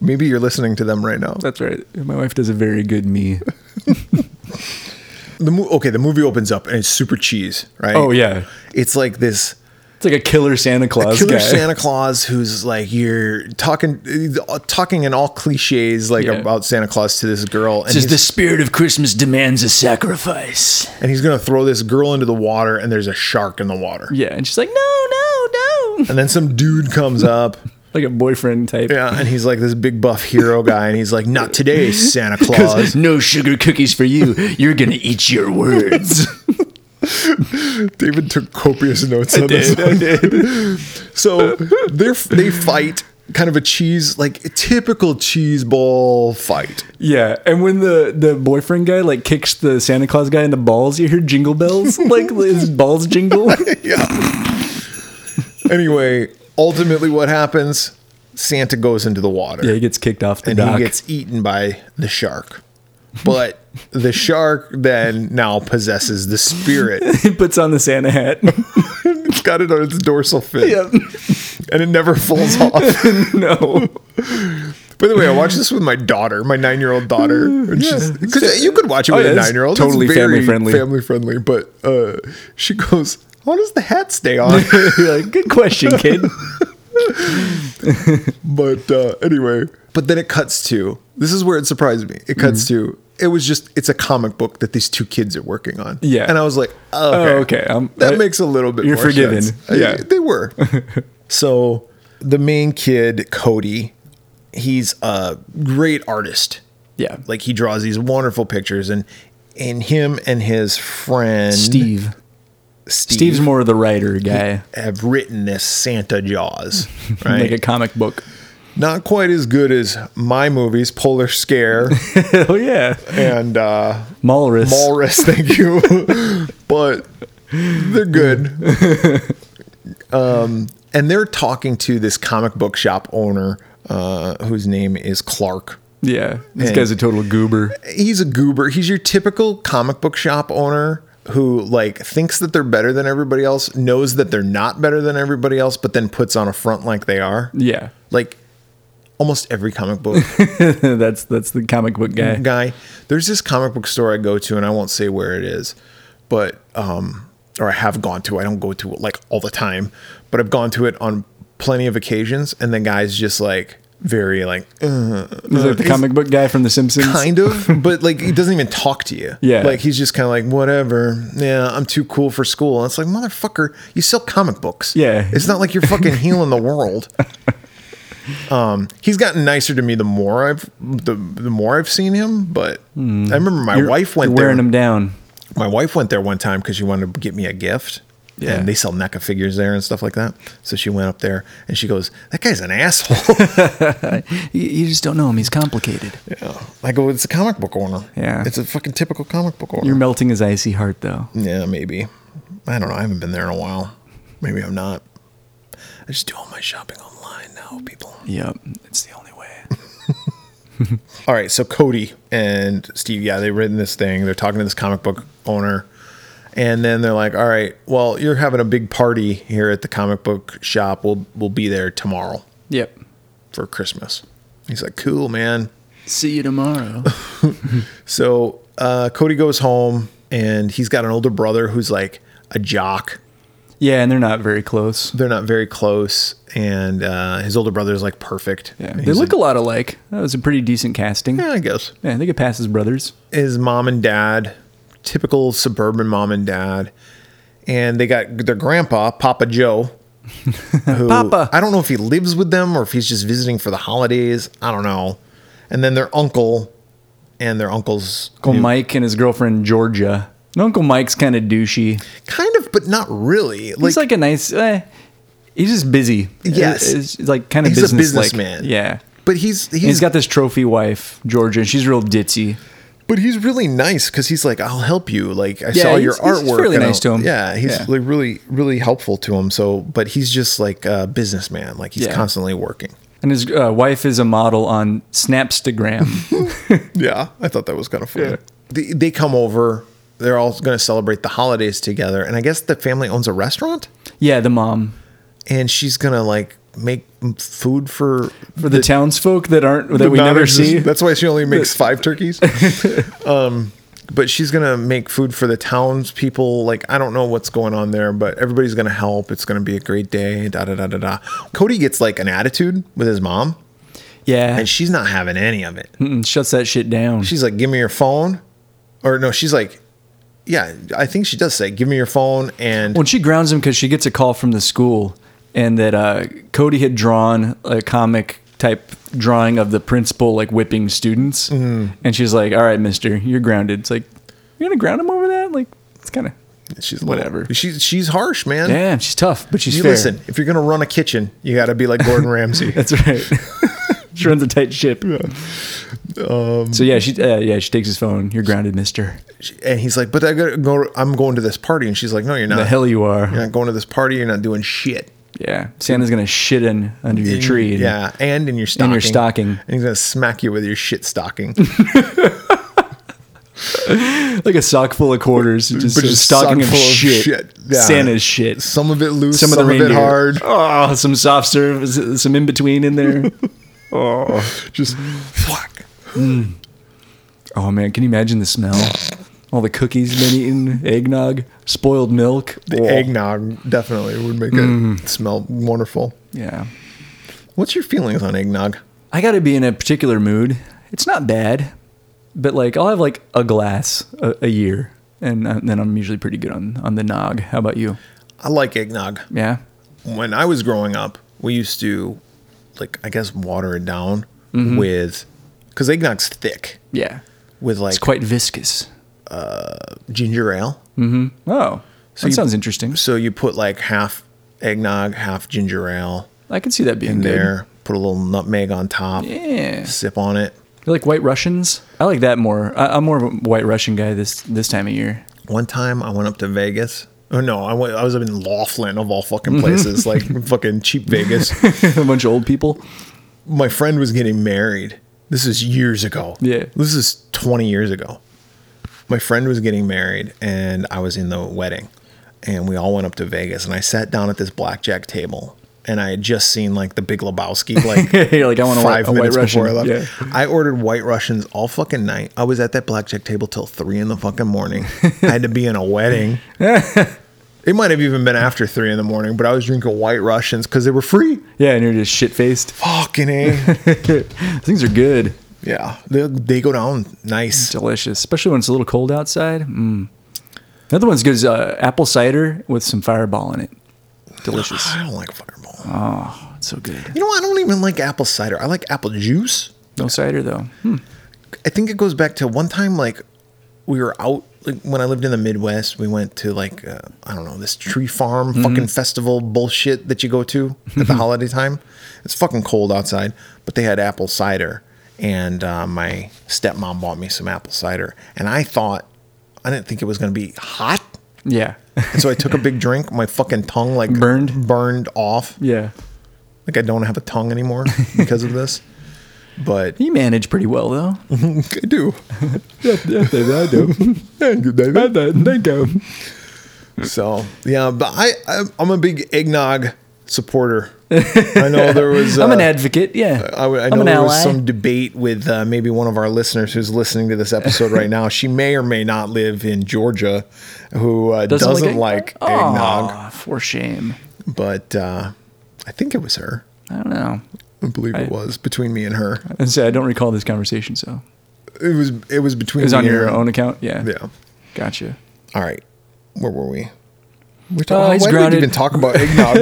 maybe you're listening to them right now. That's right. My wife does a very good me. The mo- okay, the movie opens up and it's super cheese, right? Oh yeah, it's like this it's like a killer Santa Claus killer guy. Santa Claus who's like you're talking uh, talking in all cliches like Yeah. about Santa Claus to this girl, and Says he's- the spirit of Christmas demands a sacrifice. and he's gonna throw this girl into the water, and there's a shark in the water. yeah, and she's like, no, no, no, And then some dude comes up. like a boyfriend type. Yeah, and he's like this big buff hero guy, and he's like, "Not today, Santa Claus." No sugar cookies for you. You're gonna eat your words. David took copious notes on this. I did. So they they fight kind of a cheese, like a typical cheese ball fight. Yeah, and when the the boyfriend guy like kicks the Santa Claus guy in the balls, you hear jingle bells, like his balls jingle. Yeah. anyway, ultimately, what happens? Santa goes into the water. Yeah, he gets kicked off the and dock. he gets eaten by the shark. But the shark then now possesses the spirit. he puts on the Santa hat. It's got it on its dorsal fin, and it never falls off. no. By the way, I watched this with my daughter, my nine-year-old daughter. And she's, cause you could watch it Oh, with yeah, a it's nine-year-old. totally very family-friendly. Family-friendly, but uh, she goes, "How does the hat stay on?" You're like, good question, kid. but uh, anyway, but then it cuts to this is where it surprised me. It cuts Mm-hmm. to it was just it's a comic book that these two kids are working on. Yeah. and I was like, oh, Oh, okay, okay, um, that I- makes a little bit. you're more forgiven. sense. Yeah. I- they were. so the main kid, Cody, he's a great artist. Yeah. like he draws these wonderful pictures and and him and his friend Steve. Steve Steve's more of the writer guy, have written this Santa Jaws, right? like a comic book. Not quite as good as my movies, Polar Scare oh yeah, and uh, Malrus. Walrus. Thank you, but they're good. Um, and they're talking to this comic book shop owner, uh, whose name is Clark. yeah, this And- guy's a total goober. he's a goober. He's your typical comic book shop owner who like thinks that they're better than everybody else, knows that they're not better than everybody else, but then puts on a front like they are. Yeah, Like almost every comic book that's that's the comic book guy. guy. There's this comic book store I go to and I won't say where it is, but um or I have gone to. I don't go to it like all the time, but I've gone to it on plenty of occasions and the guy's just like very like He's like the comic book guy from The Simpsons. Uh, kind of but like he doesn't even talk to you Yeah. like he's just kind of like whatever yeah i'm too cool for school and it's like motherfucker you sell comic books Yeah. it's not like you're fucking healing the world um he's gotten nicer to me the more i've the, the more i've seen him but i remember my Hmm. You're- wife you're went there wearing him down. my wife went there one time because she wanted to get me a gift Yeah. and they sell NECA figures there and stuff like that. So she went up there and she goes, That guy's an asshole. You, you just don't know him. He's complicated. I go, It's a comic book owner. Yeah. It's a fucking typical comic book owner. You're melting his icy heart, though. Yeah, maybe. I don't know. I haven't been there in a while. Maybe I'm not. I just do all my shopping online now, people. Yep, it's the only way. All right, so Cody and Steve, yeah, they've written this thing. They're talking to this comic book owner, and then they're like, "All right, well, you're having a big party here at the comic book shop. We'll we'll be there tomorrow Yep. for Christmas." He's like, "Cool, man." See you tomorrow. So uh, Cody goes home, and he's got an older brother who's like a jock. yeah, and they're not very close. They're not very close, and uh, his older brother's like perfect. Yeah. And They he's look like, a lot alike. That was a pretty decent casting. yeah, I guess. Yeah, they could pass as brothers. his mom and dad, typical suburban mom and dad, and they got their grandpa, Papa Joe. who- Papa. I don't know if he lives with them or if he's just visiting for the holidays. I don't know. And then their uncle and their uncle's Uncle Mike and his girlfriend Georgia. And Uncle Mike's kind of douchey. kind of, but not really. Like, he's like a nice. Eh, he's just busy. Yes. It's- it's like kind of He's a business, businessman. yeah. but he's he's, And he's got this trophy wife, Georgia, and she's real ditzy. but he's really nice because he's like, I'll help you. Like I Yeah, saw he's- your he's artwork. fairly and nice to I'll-" him. Yeah, he's Yeah. like really really helpful to him. So, but he's just like a businessman. Like he's Yeah. constantly working. And his uh, wife is a model on Snapstagram. Yeah, I thought that was kind of funny. Yeah. They, they come over. They're all going to celebrate the holidays together, and I guess the family owns a restaurant, yeah, the mom. and she's going to like make m- food for For the, townsfolk that aren't that we never non-exist- see. That's why she only makes five turkeys. um, but she's going to make food for the townspeople. Like I don't know what's going on there, but everybody's going to help. It's going to be a great day. Da da da da da. Cody gets like an attitude with his mom, Yeah. and she's not having any of it. Mm, shuts that shit down. she's like, "Give me your phone," or no, she's like, "Yeah, I think she does say, give me your phone." And When she grounds him because she gets a call from the school and that uh, Cody had drawn a comic type drawing of the principal like whipping students, Mm-hmm. and she's like, "All right, Mister, you're grounded." It's like you're gonna ground him over that? Like it's kind of she's a little- whatever. She's she's harsh, man. damn. She's tough, but she's You fair. listen. If you're gonna run a kitchen, you got to be like Gordon Ramsay. That's right. she runs a tight ship. Um, so yeah, she uh, yeah she takes his phone. You're grounded, Mister. and he's like, "But I gotta go. I'm going to this party." And she's like, "No, you're not. The hell you you're are. not going to this party. You're not doing shit." Yeah, Santa's gonna shit in under your tree. and- yeah, and in your stocking. In your stocking. And he's gonna smack you with your shit stocking. like a sock full of quarters, just, But a just stocking sock of full of shit. shit. Yeah. Santa's shit. Some, some of it loose, of the it reindeer. hard. Oh, some soft serve, some in between in there. Just fuck. oh man, can you imagine the smell? All the cookies been eaten, eggnog, spoiled milk. The Oh. eggnog definitely would make Mm. it smell wonderful. Yeah, What's your feelings on eggnog? I got to be in a particular mood. It's not bad, but like I'll have like a glass a, a year, and uh, then I'm usually pretty good on on the nog. How about you? I like eggnog. Yeah, When I was growing up, we used to, like, I guess, water it down Mm-hmm. with, because eggnog's thick yeah. with It's like quite viscous. ginger ale. Oh, that you- sounds interesting. So you put like half eggnog, half ginger ale I can see that being in good. there, put a little nutmeg on top, Yeah. sip on it. You like White Russians? I like that more. I, I'm more of a White Russian guy this this time of year. One time I went up to Vegas. Oh no, I, went, I was up in Laughlin of all Mm-hmm. fucking places, like fucking cheap Vegas. a bunch of old people. my friend was getting married. This is years ago. Yeah. This is 20 years ago. My friend was getting married and I was in the wedding and we all went up to Vegas and I sat down at this blackjack table and I had just seen like the Big Lebowski like You're like, I want a, white- five a White minutes Russian. before I left. Yeah. I ordered White Russians all fucking night. I was at that blackjack table till three in the fucking morning. I had to be in a wedding. it might have even been after three in the morning, but I was drinking White Russians because they were free. yeah, and you're just shit faced. Fucking a. Things are good, Yeah, they they go down nice. delicious, especially when it's a little cold outside. Mm. Another one's good is uh, apple cider with some fireball in it. Delicious. I don't like Fireball. It's so good. You know, I don't even like apple cider. I like apple juice. No cider though. Hmm. I think it goes back to one time like we were out like when I lived in the Midwest. We went to like uh, I don't know this tree farm fucking festival bullshit that you go to at the holiday time. It's fucking cold outside, but they had apple cider, and uh, my stepmom bought me some apple cider, and I thought I didn't think it was gonna be hot. Yeah. And so I took a big drink. My fucking tongue like Burned? burned off. yeah. Like I don't have a tongue anymore because of this. But You manage pretty well though. I do. I do. Thank you, David. Thank you. So yeah, but I I'm- I'm a big eggnog supporter. I know there was. I'm an uh, advocate. Yeah. I, I I'm know an there ally. was some debate with uh, maybe one of our listeners who's listening to this episode right now. She may or may not live in Georgia, who uh, doesn't, like, Aw, eggnog, Oh, for shame. but uh, I think it was her. I don't know. I believe it was between me and her. And say I don't recall this conversation, so It was it was between it was me on and your her. own account. Yeah. Yeah. Gotcha. All right. Where were we? We're Oh, talking. he's why did we grounded. even talk about eggnog?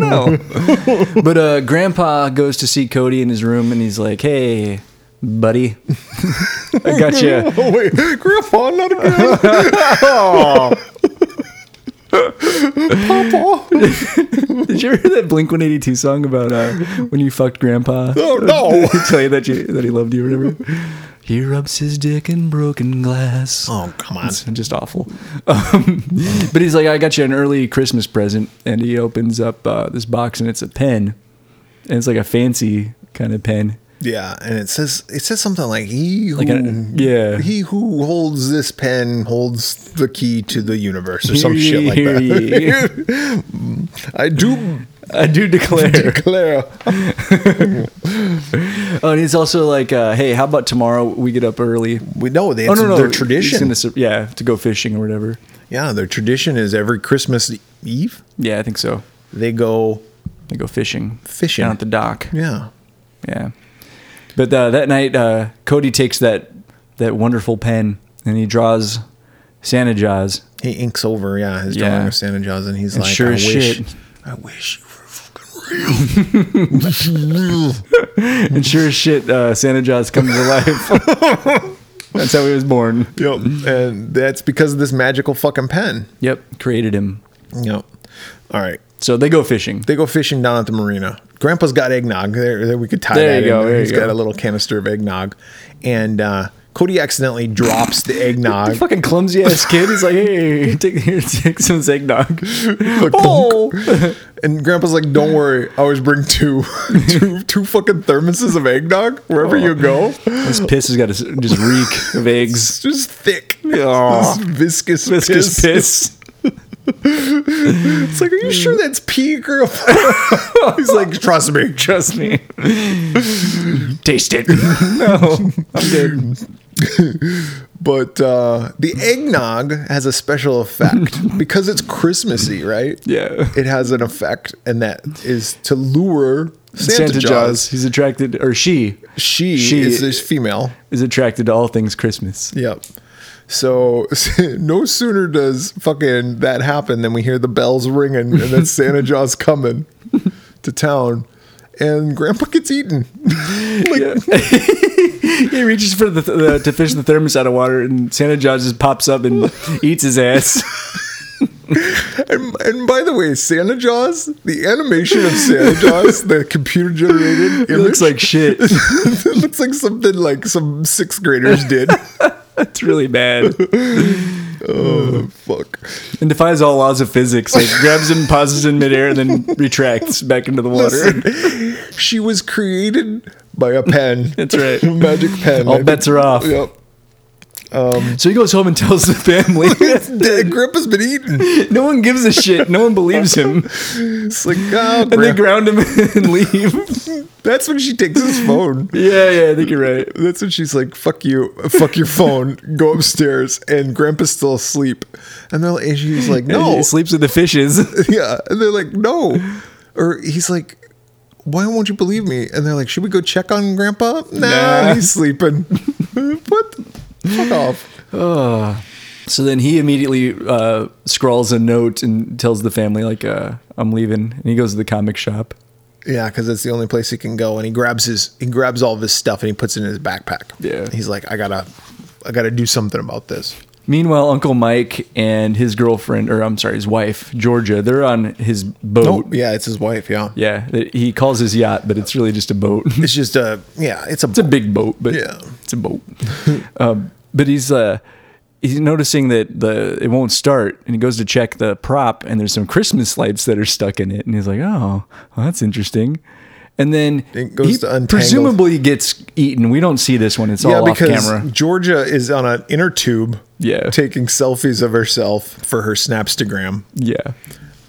No. but uh, Grandpa goes to see Cody in his room, and he's like, "Hey, buddy, I got you." oh wait, Grandpa, not again. Papa. Did you ever hear that Blink One Eighty Two song about uh, when you fucked Grandpa? Oh, no. he tell you that you that he loved you or whatever. He rubs his dick in broken glass. Oh come on. It's just awful. Um, but he's like, I got you an early Christmas present, and he opens up uh, this box, and it's a pen, and it's like a fancy kind of pen. Yeah, and it says it says something like he who a- yeah. he who holds this pen holds the key to the universe or some Hear shit ye, like hear that. I do I do declare. declare. oh, and he's also like, uh, hey, how about tomorrow we get up early? We know they Oh it's no, no, their he's tradition. gonna sur- yeah, to go fishing or whatever. yeah, their tradition is every Christmas Eve Yeah, I think so. they go They go fishing. Fishing. down at the dock. yeah. Yeah. But uh, that night, uh, Cody takes that that wonderful pen and he draws Santa Jaws. He inks over, yeah, his Yeah. drawing of Santa Jaws and he's And like sure I as wish shit. I wish you were fucking real. And sure as shit, uh, Santa Jaws comes to life. That's how he was born. yep. And that's because of this magical fucking pen. Yep, created him. Yep. All right. So they go fishing. They go fishing down at the marina. Grandpa's got eggnog. There, there we could tie There that you go, in. there He's you go. got a little canister of eggnog, and uh, Cody accidentally drops the eggnog. Fucking clumsy ass kid. He's like, hey, take, here, take some eggnog. Like, oh, And Grandpa's like, "Don't worry, I always bring two, two, two fucking thermoses of eggnog Oh. wherever you go. this piss has got to just reek of It's eggs. just thick, Aw. This viscous, Viscous viscous piss. piss. It's like, are you sure that's pee, Grandpa? He's like, trust me. Trust me. Taste it. no, I'm good. But uh, the eggnog has a special effect because it's Christmassy, right? Yeah. it has an effect, and that is to lure Santa, Santa, Jaws. Jaws. He's attracted, or she She, She- is this female. is attracted to all things Christmas. Yep. So no sooner does fucking that happen than we hear the bells ringing and then Santa Jaws coming to town, and Grandpa gets eaten. like, He reaches for the, the to fish the thermos out of water, and Santa Jaws just pops up and eats his ass. and, and by the way, Santa Jaws, the animation of Santa Jaws, the computer generated, It looks like shit. it looks like something like some sixth graders did. It's really bad. oh fuck. And defies all laws of physics. Like grabs him, pauses in midair, and then retracts back into the water. Listen, she was created by a pen. That's right. a magic pen. All I think- bets are off. Yep. So he goes home and tells the family. Dead. Grandpa's been eaten. no one gives a shit. No one believes him, It's like, oh, and they Grandpa. ground him and leave. That's when she takes his phone. Yeah, yeah, I think you're right. That's when she's like, fuck you, fuck your phone, go upstairs. And Grandpa's still asleep. And, they're like, and she's like, no. He sleeps with the fishes. Yeah. And they're like, no. Or he's like, why won't you believe me? And they're like, should we go check on Grandpa? Nah, Nah. he's sleeping. what? the- Fuck off. So then he immediately uh, scrawls a note and tells the family, like, uh, I'm leaving. And he goes to the comic shop. Yeah, because it's the only place he can go, and he grabs his he grabs all of his stuff and he puts it in his backpack. Yeah. he's like, I gotta, I gotta do something about this. Meanwhile, Uncle Mike and his girlfriend, or I'm sorry, his wife, Georgia, they're on his Oh, boat. yeah, it's his wife. Yeah, Yeah, th- he calls his yacht, but it's really just a boat. it's just a yeah, it's a, it's a big boat, but Yeah. it's a boat. um, but he's uh, he's noticing that the it won't start, and he goes to check the prop, and there's some Christmas lights that are stuck in it, and he's like, "Oh, well, that's interesting." and then It goes he to Untangled. presumably gets eaten. We don't see this one. It's all off camera. Georgia is on an inner tube, Yeah. taking selfies of herself for her Snapstagram. Yeah,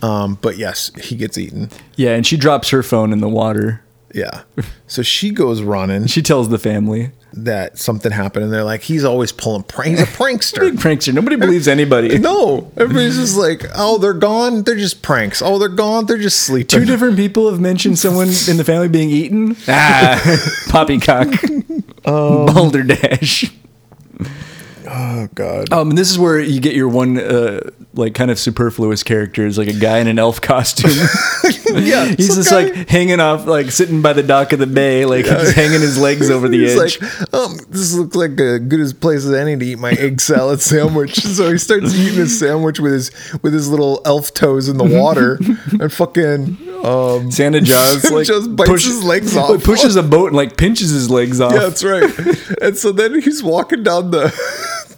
Um, but yes, he gets eaten. yeah, and she drops her phone in the water. Yeah, so she goes running She tells the family, that something happened, and they're like, "He's always pulling pranks. He's a "Big prankster." prankster. Nobody believes anybody." no, everybody's just like, "Oh, they're gone. They're just pranks. Oh, they're gone. They're just sleeping." Two different people have mentioned someone in the family being eaten. Ah, Um, poppycock, balderdash. oh God. Um, and this is where you get your one, uh, like, kind of superfluous characters, like a guy in an elf costume. yeah, He's some just guy- like hanging off, like sitting by the dock of the bay, like just hanging his legs over the He's edge. like, um, this looks like a good as place as any to eat my egg salad sandwich. so he starts eating his sandwich with his with his little elf toes in the water, and fucking um, Santa Jaws like just bites his legs off. like, pushes a boat and like pinches his legs off Yeah, that's right. and so then he's walking down the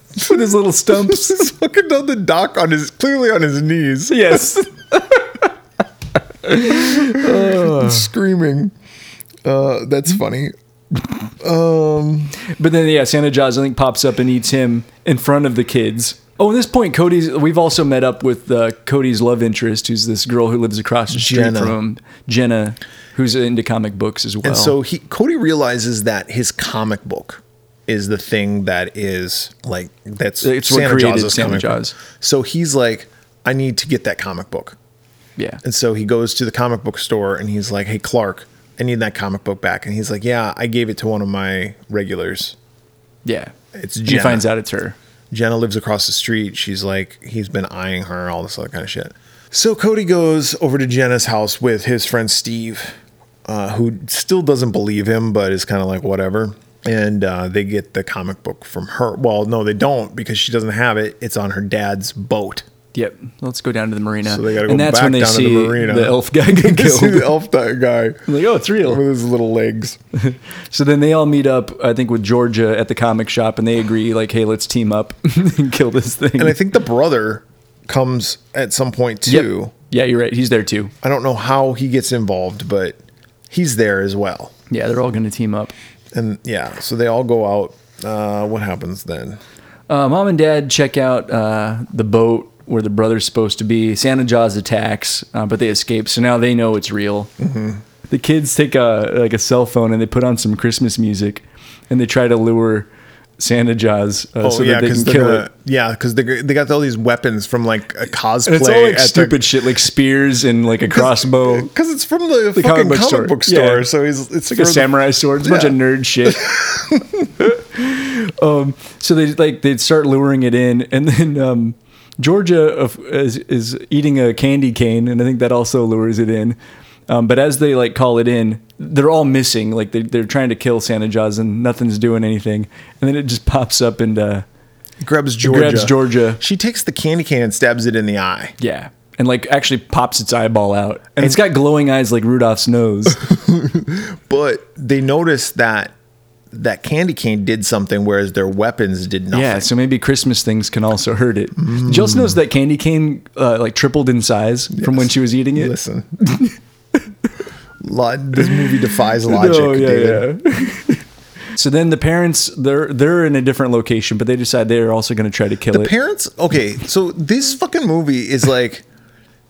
with his little stumps. he's walking down the dock on his clearly on his knees, yes, screaming. Uh, that's funny. Um, but then yeah, Santa Jaws I think pops up and eats him in front of the kids. Oh, at this point, Cody's. We've also met up with uh, Cody's love interest, who's this girl who lives across the street Jenna. from him, Jenna, who's into comic books as well. And so he Cody realizes that his comic book is the thing that is like that's It's what created Jaws's Santa comic book. Jaws. So he's like, I need to get that comic book. yeah, And so he goes to the comic book store and he's like, Hey Clark, I need that comic book back. And he's like, Yeah, I gave it to one of my regulars. yeah. It's And Jenna. He finds out it's her. Jenna lives across the street. She's like, he's been eyeing her, all this other kind of shit. So Cody goes over to Jenna's house with his friend Steve, uh, who still doesn't believe him, but is kind of like, whatever. And uh, they get the comic book from her. Well, no, they don't because she doesn't have it. It's on her dad's boat. Yep. Let's go down to the marina. So they gotta go and that's back when they down to see the marina. elf guy get You see the killed. elf di- guy like, oh, it's with real. his little legs. So then they all meet up, I think, with Georgia at the comic shop, and they agree, like, hey, let's team up and kill this thing. And I think the brother comes at some point Yep. too. Yeah, you're right. He's there too. I don't know how he gets involved, but he's there as well. Yeah, they're all gonna team up. And yeah, so they all go out. Uh, what happens then? Uh, Mom and Dad check out uh, the boat where the brother's supposed to be. Santa Jaws attacks, uh, but they escape. So now they know it's real. Mm-hmm. The kids take a like a cell phone and they put on some Christmas music, and they try to lure Santa Jaws uh, so that they can Oh, they're kill gonna- it. yeah, because they they got all these weapons from like a cosplay. And it's all like stupid shit, like spears and like a crossbow, Because it's from the, fucking comic comic book book store. store. Yeah. So he's it's like a for the- samurai sword. It's a bunch of Yeah. nerd shit. um, so they like they'd start luring it in, and then um, Georgia of- is, is eating a candy cane, and I think that also lures it in. Um, but as they like call it in, they're all missing. Like they, they're trying to kill Santa Jaws, and nothing's doing anything. And then it just pops up, and uh, grabs Georgia. grabs Georgia. She takes the candy can and stabs it in the eye. yeah, and like actually pops its eyeball out, and, it's got glowing eyes like Rudolph's nose. But they notice that that candy cane did something, whereas their weapons did nothing. Yeah, so maybe Christmas things can also hurt it. Mm. Did you also notice that candy cane uh, like tripled in size from when she was eating it? Listen. Lo- this movie defies logic, No, yeah, David. yeah. so then the parents they're they're in a different location, but they decide they're also going to try to kill the it. parents okay so this fucking movie is like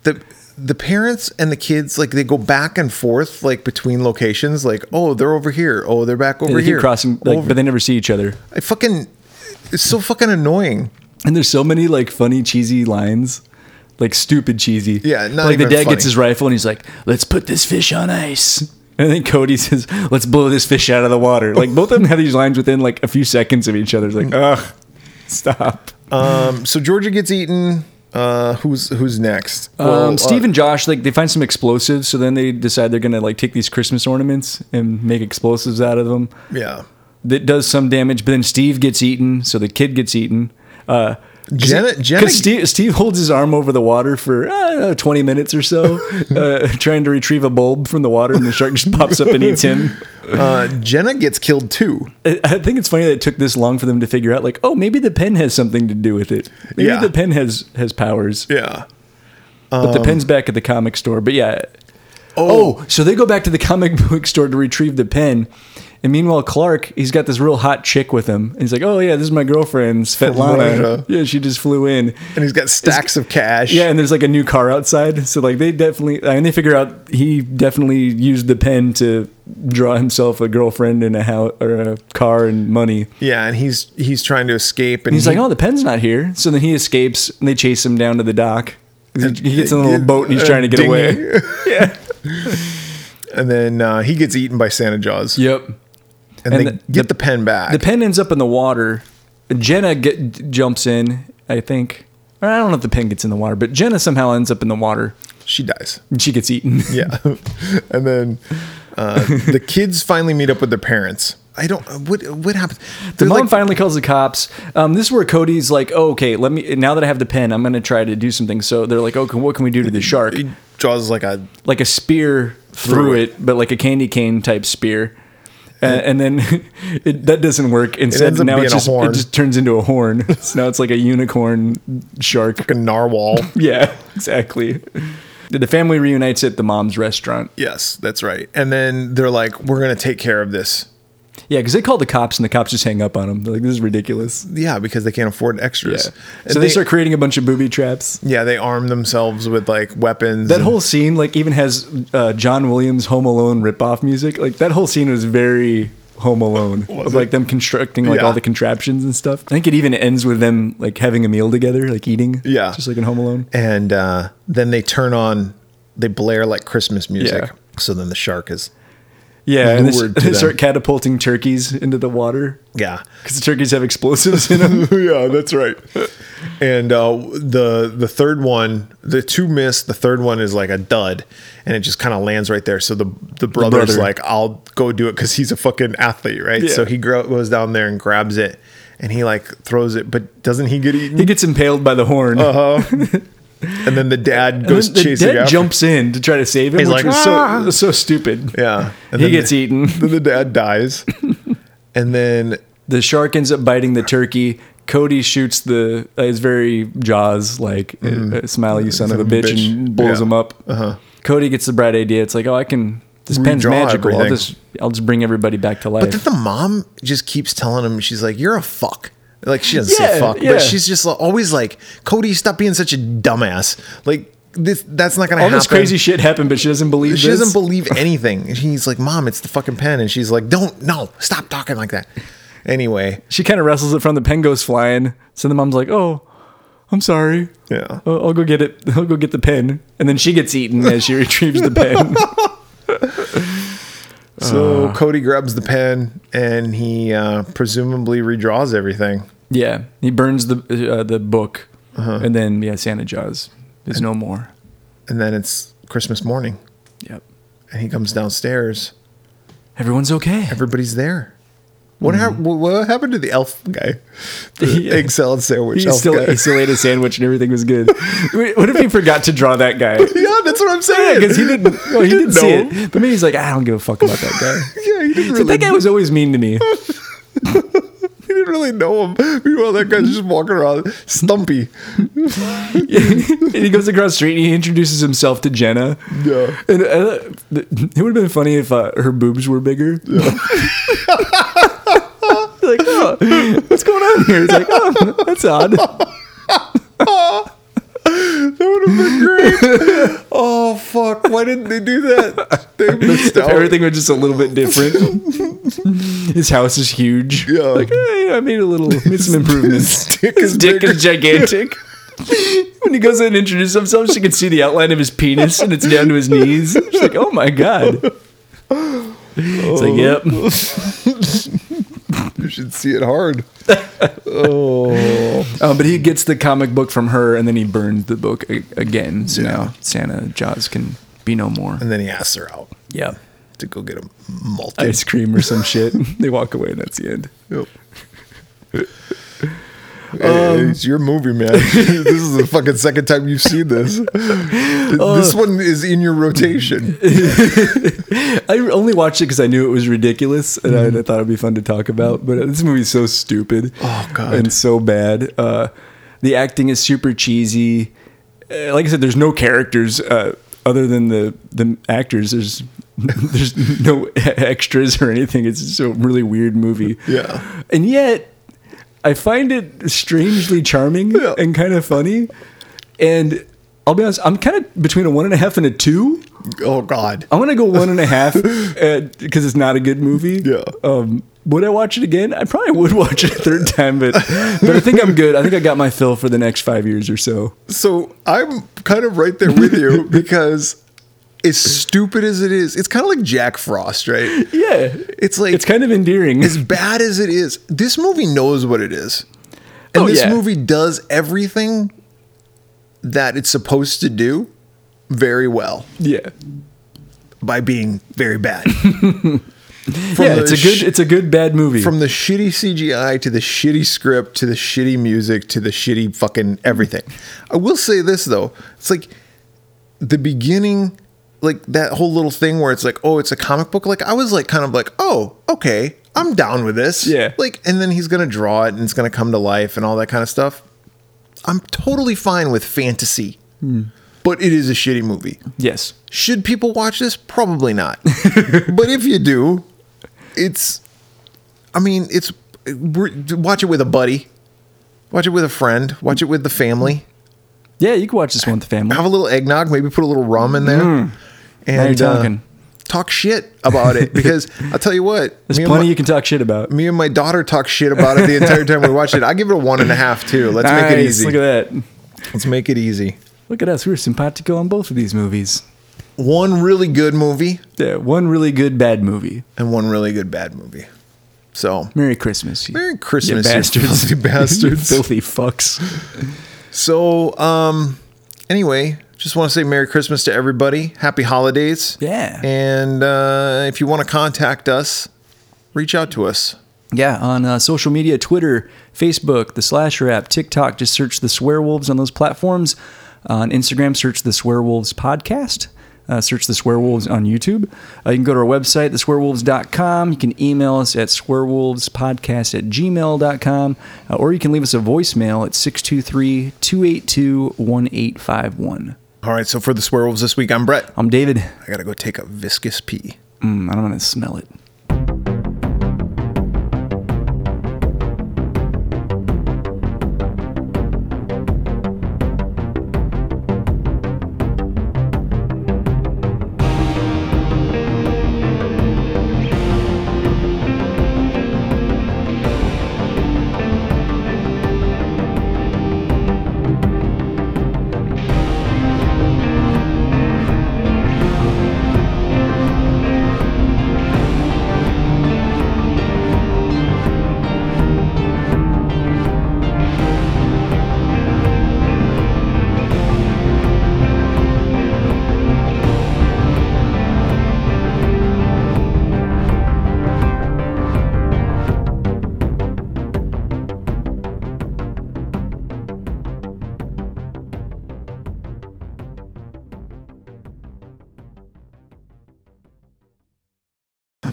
the the parents and the kids like they go back and forth like between locations like oh they're over here oh they're back over they here keep crossing, like, over. but they never see each other. I fucking it's so fucking annoying And there's so many like funny cheesy lines. Like stupid cheesy. Yeah, not like the even dad funny. gets his rifle and he's like, "Let's put this fish on ice." And then Cody says, "Let's blow this fish out of the water." Like both of them have these lines within like a few seconds of each other. It's like, Mm. ugh, stop. um so Georgia gets eaten uh who's who's next um, Well, uh, Steve and Josh, like they find some explosives, so then they decide they're gonna like take these Christmas ornaments and make explosives out of them. uh, yeah That does some damage, but then Steve gets eaten, so the kid gets eaten. Uh, Jenna Jenna because Steve, Steve holds his arm over the water for I don't know, twenty minutes or so, uh, trying to retrieve a bulb from the water, and the shark just pops up and eats him. uh, Jenna gets killed too I I think it's funny that it took this long for them to figure out, like, oh, maybe the pen has something to do with it. Maybe Yeah. the pen has has powers, yeah but the pen's back at the comic store. But yeah, Um, Oh. so they go back to the comic book store to retrieve the pen. And meanwhile, Clark, he's got this real hot chick with him. And he's like, oh, yeah, this is my girlfriend, Svetlana. Russia. Yeah, she just flew in. and he's got stacks of cash. Yeah, and there's like a new car outside. So like they definitely and they figure out he definitely used the pen to draw himself a girlfriend and a house or a car and money. yeah, and he's he's trying to escape, and He's he- like, "Oh, the pen's not here." So then he escapes and they chase him down to the dock. He he gets in a little boat and he's uh, trying to get dinghy. away. Yeah. and then uh, he gets eaten by Santa Jaws, Yep. and and, they the- get the, pen back. The pen ends up in the water. Jenna get, jumps in, I think. Or I don't know if the pen gets in the water, but Jenna somehow ends up in the water she dies. and she gets eaten. Yeah, and then uh, the kids finally meet up with their parents. I don't. uh, What what happens? The They're mom like, finally calls the cops. Um, this is where Cody's like, oh, "Okay, let me. Now that I have the pen, I'm going to try to do something." So they're like, "Okay, what can we do to the shark?" he draws like a Like a spear through it, but like a candy cane type spear. Uh, and then it, that doesn't work. Instead, ends up now being it's a just, it horn. just turns into a horn. so now it's like a unicorn shark. a narwhal. Yeah, exactly. The family reunites at the mom's restaurant. yes, that's right. And then they're like, "We're gonna take care of this." Yeah, because they call the cops and the cops just hang up on them. They're like, this is ridiculous. Yeah, because they can't afford Yeah. extras. So And they, start creating a bunch of booby traps. Yeah, they arm themselves with like weapons. That and- whole scene, like, even has uh, John Williams' Home Alone ripoff music. Like, that whole scene was very Home Alone. of, like, them constructing, like, Yeah. all the contraptions and stuff. I think it even ends with them, like, having a meal together, like, eating. Yeah. Just like in Home Alone. and uh, then they turn on they blare like christmas music Yeah. so then the shark is Yeah. And they, Lured to they them. start catapulting turkeys into the water yeah because the turkeys have explosives in them. yeah that's right and uh, the the third one the two miss the third one is like a dud and it just kind of lands right there so the the brother's brother. like i'll go do it because he's a fucking athlete right Yeah. so he gro- goes down there and grabs it and he like throws it but doesn't he get eaten Uh-huh. He gets impaled by the horn. and then the dad And Uh, goes then the chasing dad after jumps in to try to save him. He's which like, was "Ah!" so, so stupid. yeah and he then gets the- eaten. then the dad dies and then The shark ends up biting the turkey. Cody shoots the uh, his very jaws like Mm-hmm. uh, smile you son of a bitch, and blows Yeah. Uh-huh. him up. Cody gets the bright idea. It's like oh I can this pen's Redraw magical. I'll everything. just I'll just bring everybody back to life. But then the mom just keeps telling him, she's like, "You're a fuck." Like she doesn't Yeah, say fuck, yeah. but she's just like- always like, "Cody, stop being such a dumbass." Like this, that's not gonna All happen. this crazy shit happened, but she doesn't believe. She this. doesn't believe anything. And He's like, "Mom, it's the fucking pen," and she's like, "Don't, no, stop talking like that." Anyway, She kind of wrestles it from the pen goes flying. So the mom's like oh I'm sorry. yeah, I'll I'll go get it. I'll go get the pen, and then she gets eaten as she retrieves the pen. So Uh. Cody grabs the pen and he uh, presumably redraws everything. Yeah, he burns the uh, the book, and then yeah, Santa Jaws is no more. And then it's Christmas morning, Yep, and he comes downstairs. everyone's okay. Everybody's there. What, hap- what- what happened to the elf guy? The Mm-hmm. Yeah. egg salad sandwich he elf still guy. he still ate a sandwich and everything was good. Wait, what if he forgot to draw that guy? yeah, that's what I'm saying. Because he didn't. Well, he didn't see know. it. But maybe he's like, I don't give a fuck about that guy. Yeah, he didn't But really. that guy was always mean to me. he didn't really know him. Meanwhile, that guy's just walking around stumpy. and he goes across the street and he introduces himself to Jenna. Yeah. And uh, th- it would have been funny if uh, her boobs were bigger. like, oh, what's going on here? It's like, oh, that's odd. That would have been great. oh fuck! Why didn't they do that? They missed out. Everything was just a little bit different. His house is huge. Yeah. Like, eh, I made a little, made some improvements. His dick is dick bigger. is gigantic. when he goes in and introduces himself, she can see the outline of his penis and it's down to his knees. She's like, oh my God. It's like, yep. You should see it hard. Oh. Uh, but he gets the comic book from her, and then he burns the book a- again. So now Santa Jaws can be no more. And then he asks her out Yeah, to go get a multi. ice cream or some shit. they walk away, and that's the end. Yep. Hey, it's your movie, man. this is the fucking second time you've seen this. Uh, this one is in your rotation. I only watched it because I knew it was ridiculous, and I, Mm-hmm. I thought it'd be fun to talk about. But uh, this movie's so stupid. Oh, God. and so bad. Uh, the acting is super cheesy. Uh, like I said, there's no characters. Uh, other than the the actors, there's there's no extras or anything. It's just a really weird movie. Yeah. and yet I find it strangely charming Yeah. and kind of funny. And I'll be honest, I'm kind of between a one and a half and a two. Oh God. I'm gonna go one and a half because it's not a good movie. Yeah. Um, would I watch it again? I probably would watch it a third time, but but I think I'm good. I think I got my fill for the next five years or so. So I'm kind of right there with you because as stupid as it is, it's kind of like Jack Frost, right? Yeah. It's like It's kind of endearing. as bad as it is, this movie knows what it is. And Oh, this yeah. movie does everything that it's supposed to do very well yeah. by being very bad. From Yeah, the it's a good sh- it's a good bad movie. from the shitty CGI to the shitty script to the shitty music to the shitty fucking everything. I will say this though, it's like the beginning, like that whole little thing where it's like, oh, it's a comic book. Like I was like, kind of like, oh, okay, I'm down with this. Yeah. Like, and then he's gonna draw it and it's gonna come to life and all that kind of stuff. I'm totally fine with fantasy, Hmm. but it is a shitty movie. yes. Should people watch this? Probably not. but if you do, it's, I mean, it's, we're, watch it with a buddy, watch it with a friend, watch it with the family. Yeah, you can watch this one with the family. Have a little eggnog, maybe put a little rum in there, and Mm. you're uh, talking. talk shit about it. Because I'll tell you what, There's me and plenty my- you can talk shit about. me and my daughter talk shit about it the entire time we watch it. I give it a one and a half too. Let's make it Nice, easy. Look at that. Let's make it easy. Look at us. We're simpatico on both of these movies. One really good movie Yeah, one really good bad movie. and one really good bad movie. So Merry Christmas. you- Merry you Christmas, you bastards. filthy bastards. You filthy fucks. So, um, anyway, just want to say Merry Christmas to everybody. Happy holidays. Yeah. And uh, if you want to contact us, reach out to us. Yeah, on uh, social media, Twitter, Facebook, the Slasher app, TikTok, just search the Swearwolves on those platforms. Uh, on Instagram, search the Swearwolves podcast. Uh, search the Swearwolves on YouTube. Uh, you can go to our website, theswearwolves.com. You can email us at swearwolvespodcast at gmail.com, uh, or you can leave us a voicemail at 623 282 1851. All right. So, for the Swearwolves this week, I'm Brett. I'm David. I got to go take a viscous pee. Mm, I don't want to smell it.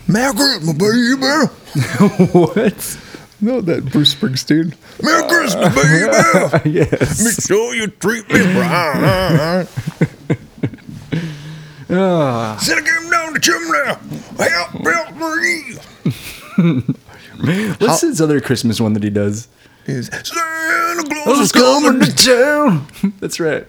Merry Christmas, baby. what? No, that Bruce Springsteen. Merry Christmas, baby. yes. Make sure you treat me right. Ah. Sit him down the chimney. Help, help me. What's his other Christmas one that he does? Is Santa Claus is coming. town. That's right.